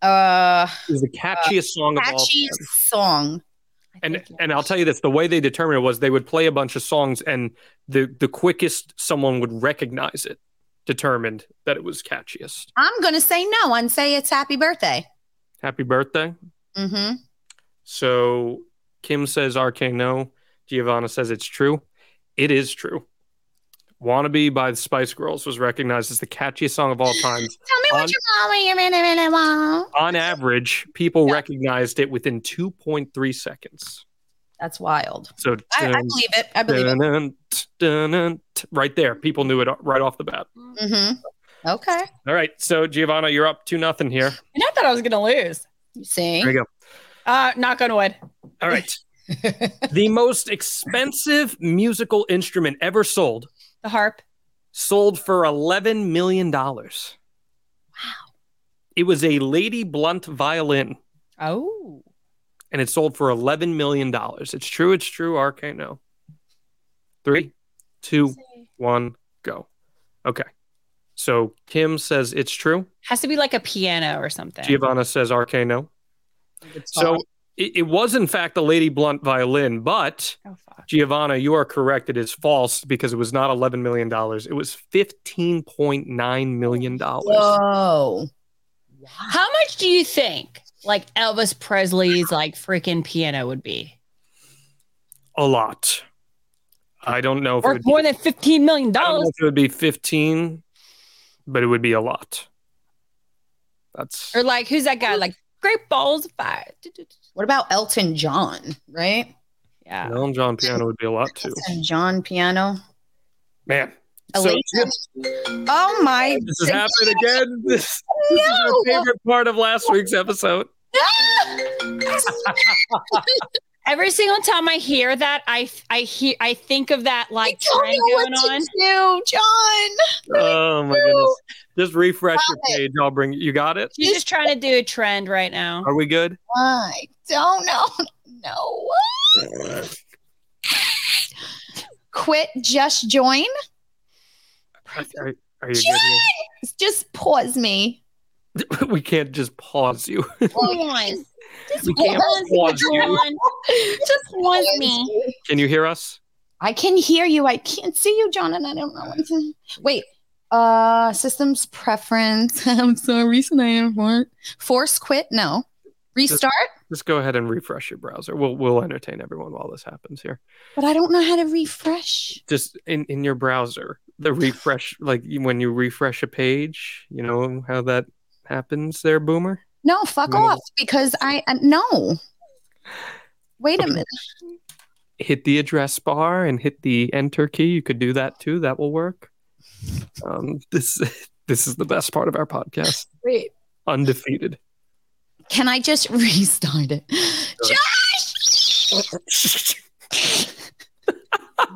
[SPEAKER 3] uh,
[SPEAKER 2] It was the catchiest song of all
[SPEAKER 3] catchy
[SPEAKER 2] time.
[SPEAKER 3] song.
[SPEAKER 4] I
[SPEAKER 2] and
[SPEAKER 4] think yes.
[SPEAKER 2] and I'll tell you this: the way they determined it was they would play a bunch of songs, and the the quickest someone would recognize it determined that it was catchiest.
[SPEAKER 3] I'm gonna say no and say it's happy birthday.
[SPEAKER 2] Happy birthday!
[SPEAKER 3] Mm-hmm.
[SPEAKER 2] So Kim says RK no, Giovanna says it's true. It is true. "Wannabe" by the Spice Girls was recognized as the catchiest song of all
[SPEAKER 3] Tell
[SPEAKER 2] time.
[SPEAKER 3] me
[SPEAKER 2] On-
[SPEAKER 3] what you want, what you really, really want.
[SPEAKER 2] On average, people recognized it within 2.3 seconds.
[SPEAKER 3] That's wild.
[SPEAKER 2] So
[SPEAKER 3] I, I believe it. I believe it.
[SPEAKER 2] dun, dun, dun, t- right there, people knew it right off the bat.
[SPEAKER 3] Mm-hmm. Okay.
[SPEAKER 2] All right, so Giovanna, you're up two nothing here.
[SPEAKER 4] And I thought I was gonna lose.
[SPEAKER 3] You see?
[SPEAKER 2] There you go.
[SPEAKER 4] Uh, knock on wood.
[SPEAKER 2] All right, the most expensive musical instrument ever sold
[SPEAKER 4] The harp.
[SPEAKER 2] sold for eleven million dollars. Wow! It was a Lady Blunt violin,
[SPEAKER 4] Oh,
[SPEAKER 2] and it sold for eleven million dollars. It's true. It's true. RK, no. Three, two, one, go. Okay. So Kim says it's true.
[SPEAKER 4] has to be like a piano or something.
[SPEAKER 2] Giovanna says RK no. So it, it was in fact a Lady Blunt violin, but
[SPEAKER 4] oh fuck.
[SPEAKER 2] Giovanna, you are correct. It is false because it was not eleven million dollars. It was fifteen point nine million dollars.
[SPEAKER 3] Whoa.
[SPEAKER 4] How much do you think like Elvis Presley's like freaking piano would be?
[SPEAKER 2] A lot. I don't know if it
[SPEAKER 4] Worth
[SPEAKER 2] would
[SPEAKER 4] more
[SPEAKER 2] be,
[SPEAKER 4] than fifteen million
[SPEAKER 2] I don't know
[SPEAKER 4] dollars.
[SPEAKER 2] if it would be fifteen, but it would be a lot. That's
[SPEAKER 4] Or like who's that guy? Like great balls of fire.
[SPEAKER 3] What about Elton John, right?
[SPEAKER 4] Yeah.
[SPEAKER 2] Elton John piano would be a lot too.
[SPEAKER 3] Elton John piano.
[SPEAKER 2] Man. So
[SPEAKER 3] Elation. oh my
[SPEAKER 2] this has happened again. This, this is my favorite part of last week's episode.
[SPEAKER 3] Ah!
[SPEAKER 4] Every single time I hear that, I I hear I think of that like
[SPEAKER 3] Tell
[SPEAKER 4] train
[SPEAKER 3] me what
[SPEAKER 4] going
[SPEAKER 3] to
[SPEAKER 4] on.
[SPEAKER 3] do, John.
[SPEAKER 2] Oh my goodness. Just refresh your page. I'll bring you got it?
[SPEAKER 4] She's just trying to do a trend right now.
[SPEAKER 2] Are we good?
[SPEAKER 3] I don't know. No. Quit, just join.
[SPEAKER 2] Are, are- are you good?
[SPEAKER 3] Just pause me.
[SPEAKER 2] Here? We can't just pause you.
[SPEAKER 4] Come
[SPEAKER 2] We can't pause you.
[SPEAKER 4] on. Just pause me.
[SPEAKER 2] Can you hear us?
[SPEAKER 3] I can hear you. I can't see you, John, and I don't know what to. Wait. Uh, systems preference. I'm so recent. I am for force quit. No, restart.
[SPEAKER 2] Just go ahead and refresh your browser. We'll we'll entertain everyone while this happens here.
[SPEAKER 3] But I don't know how to refresh.
[SPEAKER 2] Just in in your browser, the refresh like you- when you refresh a page, you know how that happens there, Boomer.
[SPEAKER 3] No, fuck
[SPEAKER 2] No.
[SPEAKER 3] off because I uh, no. Wait a
[SPEAKER 2] Okay.
[SPEAKER 3] minute.
[SPEAKER 2] Hit the address bar and hit the enter key. You could do that too. That will work. Um, this this is the best part of our podcast.
[SPEAKER 3] Wait.
[SPEAKER 2] Undefeated.
[SPEAKER 3] Can I just restart it?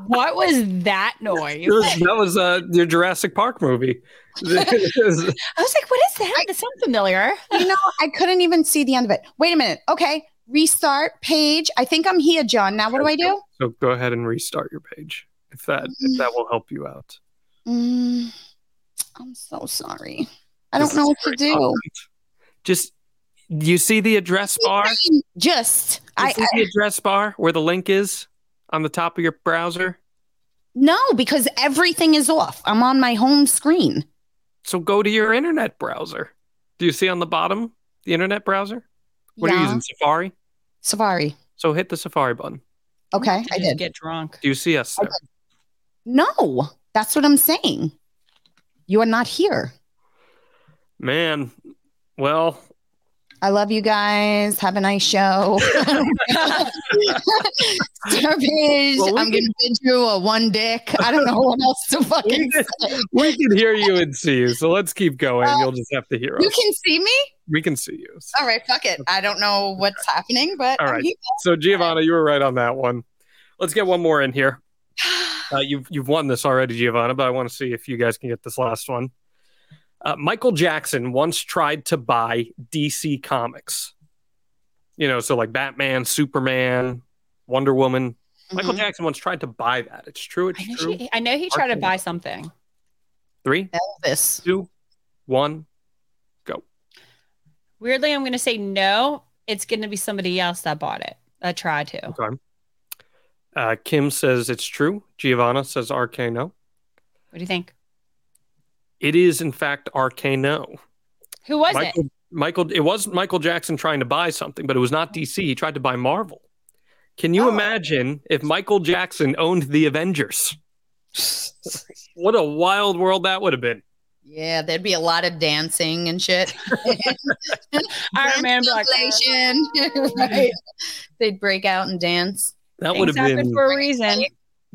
[SPEAKER 4] What was that noise?
[SPEAKER 2] It was- that was uh, your Jurassic Park movie.
[SPEAKER 4] I was like, what is that? That sounds familiar.
[SPEAKER 3] you know, I couldn't even see the end of it. Wait a minute. Okay. Restart page. I think I'm here, John. Now what do I do?
[SPEAKER 2] so go ahead and restart your page if that if that will help you out.
[SPEAKER 3] Mm, I'm so sorry. I don't know what to do.
[SPEAKER 2] Just you see the address bar. You
[SPEAKER 3] Just I,
[SPEAKER 2] see
[SPEAKER 3] I
[SPEAKER 2] the address bar where the link is on the top of your browser.
[SPEAKER 3] no, because everything is off. I'm on my home screen.
[SPEAKER 2] So go to your internet browser. Do you see on the bottom the internet browser? What are you
[SPEAKER 3] Yeah.
[SPEAKER 2] using? Safari.
[SPEAKER 3] Safari.
[SPEAKER 2] So hit the Safari button.
[SPEAKER 3] Okay, I
[SPEAKER 4] Just
[SPEAKER 3] did.
[SPEAKER 4] get drunk.
[SPEAKER 2] Do you see us? There?
[SPEAKER 3] No, that's what I'm saying. You are not here.
[SPEAKER 2] Man, well,
[SPEAKER 3] I love you guys. Have a nice show. Starfish.
[SPEAKER 2] Well, we
[SPEAKER 3] I'm gonna bid you a one dick. I don't know what else to
[SPEAKER 2] we
[SPEAKER 3] fucking
[SPEAKER 2] can,
[SPEAKER 3] say.
[SPEAKER 2] we can hear you and see you. So let's keep going. You'll just have to hear
[SPEAKER 3] You
[SPEAKER 2] us.
[SPEAKER 3] can see me?
[SPEAKER 2] We can see you. So-
[SPEAKER 3] All right, fuck it. I don't know what's happening, but
[SPEAKER 2] All
[SPEAKER 3] I'm
[SPEAKER 2] right.
[SPEAKER 3] here.
[SPEAKER 2] So Giovanna, you were right on that one. Let's get one more in here. Uh, you've you've won this already, Giovanna, but I want to see if you guys can get this last one. Uh, Michael Jackson once tried to buy DC Comics. You know, so like Batman, Superman, Wonder Woman. Michael
[SPEAKER 3] Mhm.
[SPEAKER 2] Jackson once tried to buy that. It's true. It's
[SPEAKER 4] I know,
[SPEAKER 2] true.
[SPEAKER 4] she, I know he tried to
[SPEAKER 2] Arcane.
[SPEAKER 4] buy something.
[SPEAKER 2] Three,
[SPEAKER 3] Elvis.
[SPEAKER 2] two, one.
[SPEAKER 4] Weirdly, I'm going to say no. It's going to be somebody else that bought it. I tried to.
[SPEAKER 2] Okay. Uh, Kim says it's true. Giovanna says RK no.
[SPEAKER 4] What do you think?
[SPEAKER 2] It is in fact RK no.
[SPEAKER 4] Who was it?
[SPEAKER 2] Michael, Michael, it was Michael Jackson trying to buy something, but it was not DC. He tried to buy Marvel. Can you
[SPEAKER 3] Oh.
[SPEAKER 2] imagine if Michael Jackson owned the Avengers? what a wild world that would have been.
[SPEAKER 3] Yeah, there'd be a lot of dancing and shit.
[SPEAKER 4] Iron Man Black.
[SPEAKER 3] Dance compilation. right. They'd break out and dance.
[SPEAKER 2] That would
[SPEAKER 4] Things
[SPEAKER 2] have
[SPEAKER 4] happen
[SPEAKER 2] been
[SPEAKER 4] for a reason.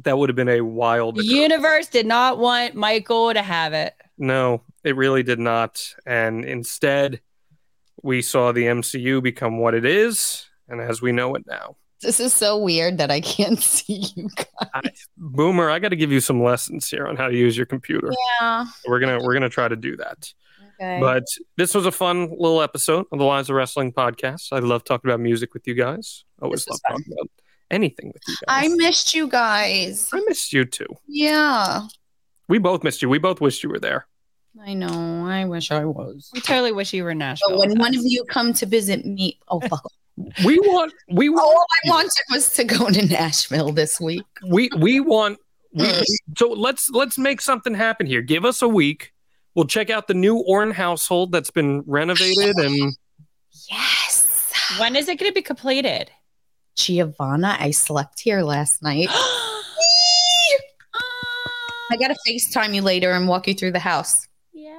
[SPEAKER 2] that would have been a wild.
[SPEAKER 4] The
[SPEAKER 2] occurrence.
[SPEAKER 4] universe did not want Michael to have it.
[SPEAKER 2] No, it really did not. And instead, we saw the MCU become what it is, and as we know it now.
[SPEAKER 3] This is so weird that I can't see you.
[SPEAKER 2] Boomer, I got to give you some lessons here on how to use your computer.
[SPEAKER 3] Yeah.
[SPEAKER 2] We're gonna we're gonna try to do that.
[SPEAKER 3] Okay.
[SPEAKER 2] But this was a fun little episode of the Lines of Wrestling podcast. I love talking about music with you guys. Always
[SPEAKER 3] This
[SPEAKER 2] love
[SPEAKER 3] was
[SPEAKER 2] talking about anything with you
[SPEAKER 3] I
[SPEAKER 2] guys.
[SPEAKER 3] missed you guys.
[SPEAKER 2] I missed you too.
[SPEAKER 3] Yeah.
[SPEAKER 2] We both missed you. We both wished you were there.
[SPEAKER 3] I know. I wish I was.
[SPEAKER 4] We totally wish you were in Nashville.
[SPEAKER 3] But when one of you come to visit me, oh fuck!
[SPEAKER 2] We want we want
[SPEAKER 3] All I wanted was to go to Nashville this week.
[SPEAKER 2] we we want we, so let's let's make something happen here give us a week we'll check out the new orn household that's been renovated and
[SPEAKER 3] Yes,
[SPEAKER 4] when is it going to be completed?
[SPEAKER 3] Giovanna, I slept here last night.
[SPEAKER 4] Ah!
[SPEAKER 3] I gotta Facetime you later and walk you through the house.
[SPEAKER 4] yes.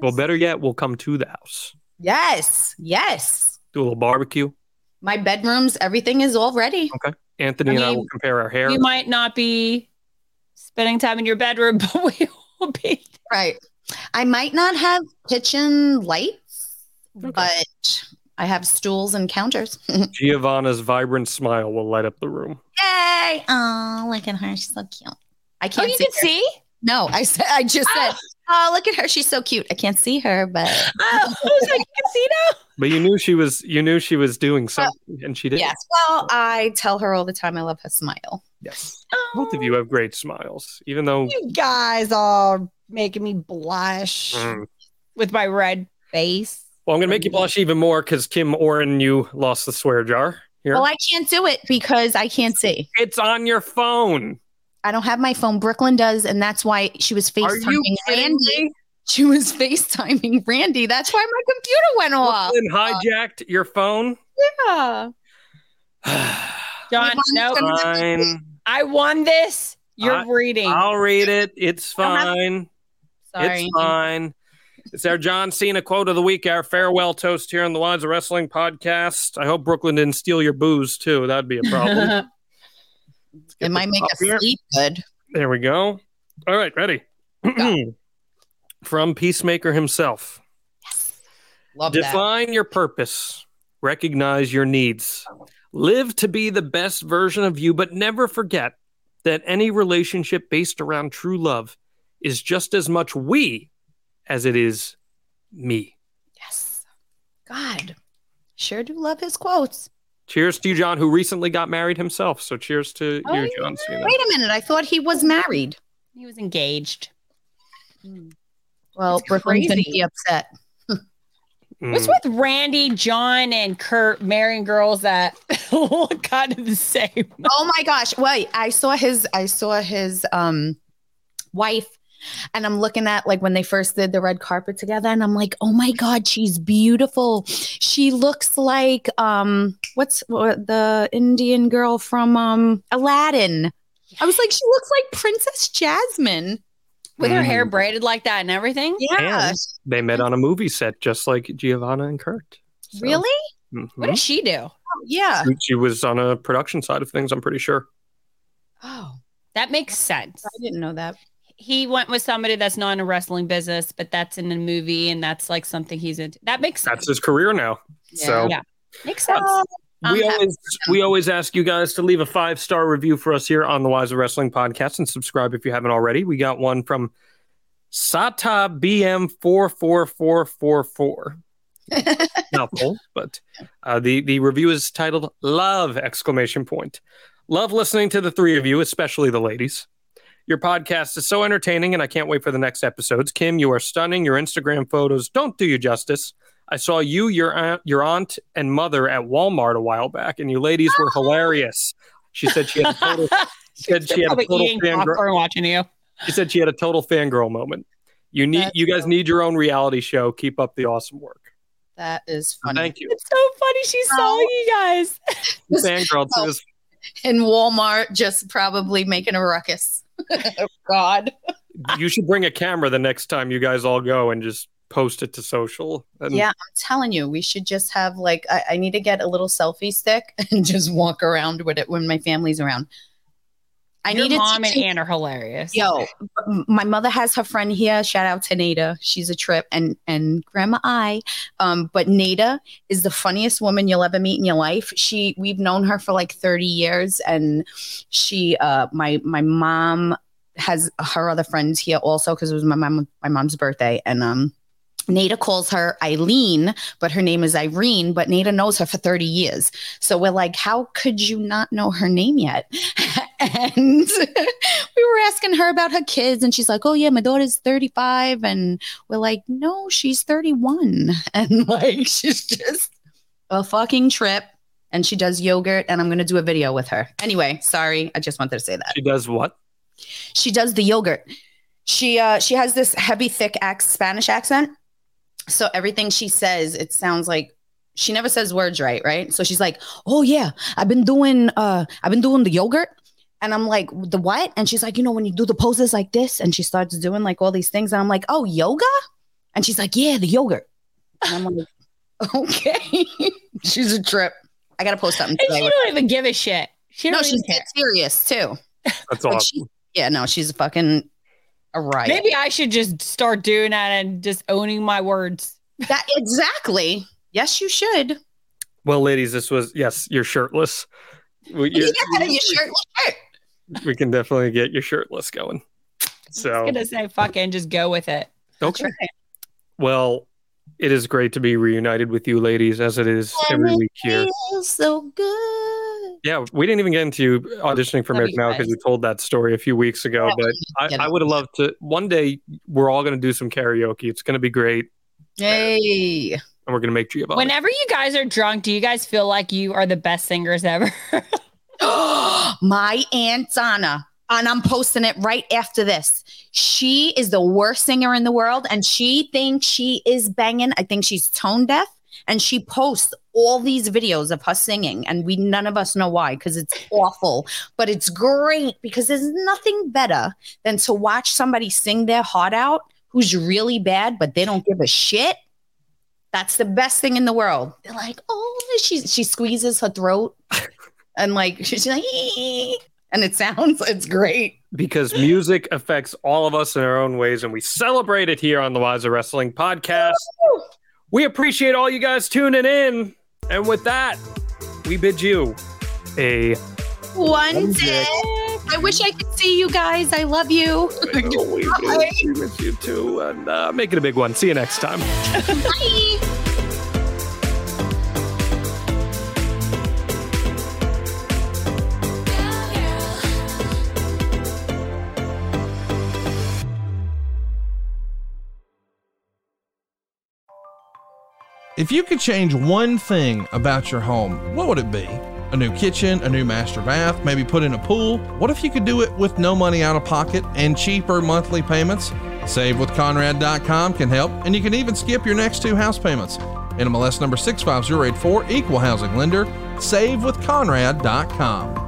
[SPEAKER 2] well better yet we'll come to the house
[SPEAKER 3] Yes, yes.
[SPEAKER 2] do a little barbecue
[SPEAKER 3] My bedrooms, everything is all ready.
[SPEAKER 2] anthony
[SPEAKER 4] I
[SPEAKER 2] and i
[SPEAKER 4] mean,
[SPEAKER 2] will compare our hair
[SPEAKER 4] You might not be spending time in your bedroom, but we will be.
[SPEAKER 3] Right. I might not have kitchen lights,
[SPEAKER 2] Okay.
[SPEAKER 3] but I have stools and counters.
[SPEAKER 2] giovanna's vibrant smile will light up the room
[SPEAKER 3] Yay! Oh, look at her. She's so cute. I
[SPEAKER 4] Oh,
[SPEAKER 3] can't
[SPEAKER 4] you
[SPEAKER 3] see.
[SPEAKER 4] can
[SPEAKER 3] her.
[SPEAKER 4] see?
[SPEAKER 3] No, I said. I just said. Oh, look at her. She's so cute. I can't see her, but
[SPEAKER 4] Oh, I was like, you can see now?
[SPEAKER 2] but you knew she was you knew she was doing something and she did
[SPEAKER 3] yes. Well, I tell her all the time. I love her smile.
[SPEAKER 2] yes
[SPEAKER 4] Oh,
[SPEAKER 2] both of you have great smiles even though
[SPEAKER 4] You guys are making me blush
[SPEAKER 2] Mm.
[SPEAKER 4] with my red face.
[SPEAKER 2] well i'm gonna make you blush even more because kim Oren, you lost the swear jar here
[SPEAKER 3] Well, I can't do it because I can't see.
[SPEAKER 2] it's on your phone
[SPEAKER 3] I don't have my phone. Brooklyn does, and that's why she was
[SPEAKER 2] Are you
[SPEAKER 3] FaceTiming
[SPEAKER 2] kidding
[SPEAKER 3] Randy. She was FaceTiming Randy. That's why my computer went off.
[SPEAKER 2] Brooklyn hijacked your phone.
[SPEAKER 4] Yeah. John,
[SPEAKER 3] Wait, why
[SPEAKER 4] nope.
[SPEAKER 3] is
[SPEAKER 2] fine.
[SPEAKER 4] I won this. You're
[SPEAKER 2] I-
[SPEAKER 4] reading.
[SPEAKER 2] I'll read it. It's
[SPEAKER 3] don't have-
[SPEAKER 2] fine.
[SPEAKER 3] Sorry.
[SPEAKER 2] It's fine. It's our John Cena quote of the week, our farewell toast here on the Lines of Wrestling podcast. I hope Brooklyn didn't steal your booze too. That'd be a problem.
[SPEAKER 3] It might make us
[SPEAKER 2] Up here.
[SPEAKER 3] sleep good.
[SPEAKER 2] there we go. All right, ready. From Peacemaker himself.
[SPEAKER 3] Love that.
[SPEAKER 2] Define your purpose. Recognize your needs. Live to be the best version of you, but never forget that any relationship based around true love is just as much we as it is me.
[SPEAKER 3] Yes. God, sure do love his quotes.
[SPEAKER 2] Cheers to you, John, who recently got married himself. So cheers to
[SPEAKER 4] Oh,
[SPEAKER 2] you, John Cena.
[SPEAKER 3] Wait a minute. I thought he was married.
[SPEAKER 4] he was engaged.
[SPEAKER 3] Well,
[SPEAKER 4] That's
[SPEAKER 3] Brooklyn's going to
[SPEAKER 4] crazy.
[SPEAKER 3] be upset.
[SPEAKER 2] Mm.
[SPEAKER 4] What's with Randy, John, and Kurt marrying girls that look kind of the same?
[SPEAKER 3] Oh my gosh. Wait, I saw his I saw his um wife and I'm looking at like when they first did the red carpet together and I'm like, "Oh my god, she's beautiful. She looks like um what's what, the Indian girl from um Aladdin." I was like, "She looks like Princess Jasmine."
[SPEAKER 4] With her hair
[SPEAKER 2] Mm.
[SPEAKER 4] braided like that and everything?
[SPEAKER 3] Yeah.
[SPEAKER 2] And they met on a movie set, just like Giovanna and Kurt. So,
[SPEAKER 3] Really?
[SPEAKER 2] mhm.
[SPEAKER 4] What did she do?
[SPEAKER 3] Yeah.
[SPEAKER 2] She- She was on a production side of things, I'm pretty sure.
[SPEAKER 3] Oh,
[SPEAKER 4] That makes sense.
[SPEAKER 3] I didn't know that.
[SPEAKER 4] He went with somebody that's not in a wrestling business, but that's in a movie and that's like something he's into. That makes sense.
[SPEAKER 2] That's his career now. So
[SPEAKER 4] Yeah. makes sense.
[SPEAKER 2] we
[SPEAKER 3] I'm
[SPEAKER 2] always we always ask you guys to leave a five star review for us here on the Wise of Wrestling podcast and subscribe if you haven't already. We got one from Sata BM four four four four four. Mouthful, but uh, the the review is titled "Love!" exclamation point. Love listening to the three of you, especially the ladies. Your podcast is so entertaining, and I can't wait for the next episodes. Kim, you are stunning. Your Instagram photos don't do you justice. I saw you, your aunt, your aunt, and mother at Walmart a while back, and you ladies were hilarious. She said she had a total, said she had a
[SPEAKER 4] Probably
[SPEAKER 2] total
[SPEAKER 4] eating
[SPEAKER 2] fangirl.
[SPEAKER 4] popcorn watching you.
[SPEAKER 2] she said she had a total fangirl moment. You need,
[SPEAKER 3] That's
[SPEAKER 2] you guys need your own reality show. Keep up the awesome work.
[SPEAKER 3] That is funny.
[SPEAKER 2] Thank you,
[SPEAKER 4] It's so funny. She saw you guys.
[SPEAKER 2] fangirl. To this,
[SPEAKER 3] in Walmart, just probably making a ruckus. oh God.
[SPEAKER 2] you should bring a camera the next time you guys all go and just post it to social. And
[SPEAKER 3] yeah, I'm telling you, we should just have like I, I need to get a little selfie stick and just walk around with it when my family's around. I
[SPEAKER 4] Your
[SPEAKER 3] need to
[SPEAKER 4] mom and
[SPEAKER 3] teach-
[SPEAKER 4] Anne are hilarious.
[SPEAKER 3] Yo, m- my mother has her friend here. Shout out to Nada. She's a trip, and and Grandma I. Um, but Nada is the funniest woman you'll ever meet in your life. She, we've known her for like thirty years, and she, uh, my my mom has her other friends here also because it was my mom my mom's birthday, and um. Nada calls her Eileen, but her name is Irene. But Nada knows her for 30 years. So we're like, how could you not know her name yet? and we were asking her about her kids, and she's like, oh, yeah, my daughter's 35. And we're like, no, she's 31. And like, she's just a fucking trip. And she does yogurt, and I'm going to do a video with her. Anyway, sorry. I just wanted to say that
[SPEAKER 2] she does what?
[SPEAKER 3] she does the yogurt. She uh she has this heavy, thick ac- Spanish accent. So everything she says, it sounds like she never says words right, right? So she's like, "Oh yeah, I've been doing uh I've been doing the yogurt." And I'm like, "The what?" And she's like, "You know, when you do the poses like this." And she starts doing like all these things and I'm like, "Oh, yoga?" And she's like, "Yeah, the yogurt." And I'm like, "Okay." she's a trip. I got to post something
[SPEAKER 4] And she
[SPEAKER 3] today. with-
[SPEAKER 4] don't even give a shit. She don't
[SPEAKER 3] No, she's
[SPEAKER 4] even care.
[SPEAKER 3] serious too.
[SPEAKER 2] That's
[SPEAKER 3] Like,
[SPEAKER 2] awesome.
[SPEAKER 3] she- yeah, no, she's a fucking a riot.
[SPEAKER 4] Maybe I should just start doing that and just owning my words.
[SPEAKER 3] That exactly. Yes, you should.
[SPEAKER 2] well, ladies, this was yes. You're shirtless. We,
[SPEAKER 3] Yeah,
[SPEAKER 2] you're-
[SPEAKER 3] you should.
[SPEAKER 2] we can definitely get your shirtless going.
[SPEAKER 4] I
[SPEAKER 2] So
[SPEAKER 4] was gonna say fucking just go with it.
[SPEAKER 2] okay. Well, it is great to be reunited with you, ladies, as it is every week here.
[SPEAKER 3] Feels so good.
[SPEAKER 2] Yeah, we didn't even get into auditioning for
[SPEAKER 4] Love
[SPEAKER 2] American
[SPEAKER 4] you
[SPEAKER 2] Idol because
[SPEAKER 4] guys.
[SPEAKER 2] we told that story a few weeks ago.
[SPEAKER 3] Yeah, we
[SPEAKER 2] But
[SPEAKER 3] did.
[SPEAKER 2] I, I would have loved to. One day, we're all going to do some karaoke. It's going to be great,
[SPEAKER 3] Hey,
[SPEAKER 2] and we're going to make Giovanni.
[SPEAKER 4] Whenever you guys are drunk, do you guys feel like you are the best singers ever?
[SPEAKER 3] my aunt Anna, and I'm posting it right after this. She is the worst singer in the world, and she thinks she is banging. I think she's tone deaf, and she posts all these videos of us singing, and we none of us know why because it's awful, but it's great because there's nothing better than to watch somebody sing their heart out who's really bad, but they don't give a shit. That's the best thing in the world. They're like, oh, she she squeezes her throat and like she's like, "Ee." and it sounds it's great.
[SPEAKER 2] because music affects all of us in our own ways, and we celebrate it here on the Wise of Wrestling podcast. We appreciate all you guys tuning in, and with that, we bid you a
[SPEAKER 3] One day, I wish I could see you guys. I love you.
[SPEAKER 2] we
[SPEAKER 3] Bye.
[SPEAKER 2] miss you too, and uh, make it a big one. See you next time.
[SPEAKER 3] Bye.
[SPEAKER 1] If you could change one thing about your home, what would it be? A new kitchen, a new master bath, maybe put in a pool? What if you could do it with no money out of pocket and cheaper monthly payments? SaveWithConrad.com can help, and you can even skip your next two house payments. NMLS number 65084, equal housing lender, SaveWithConrad.com.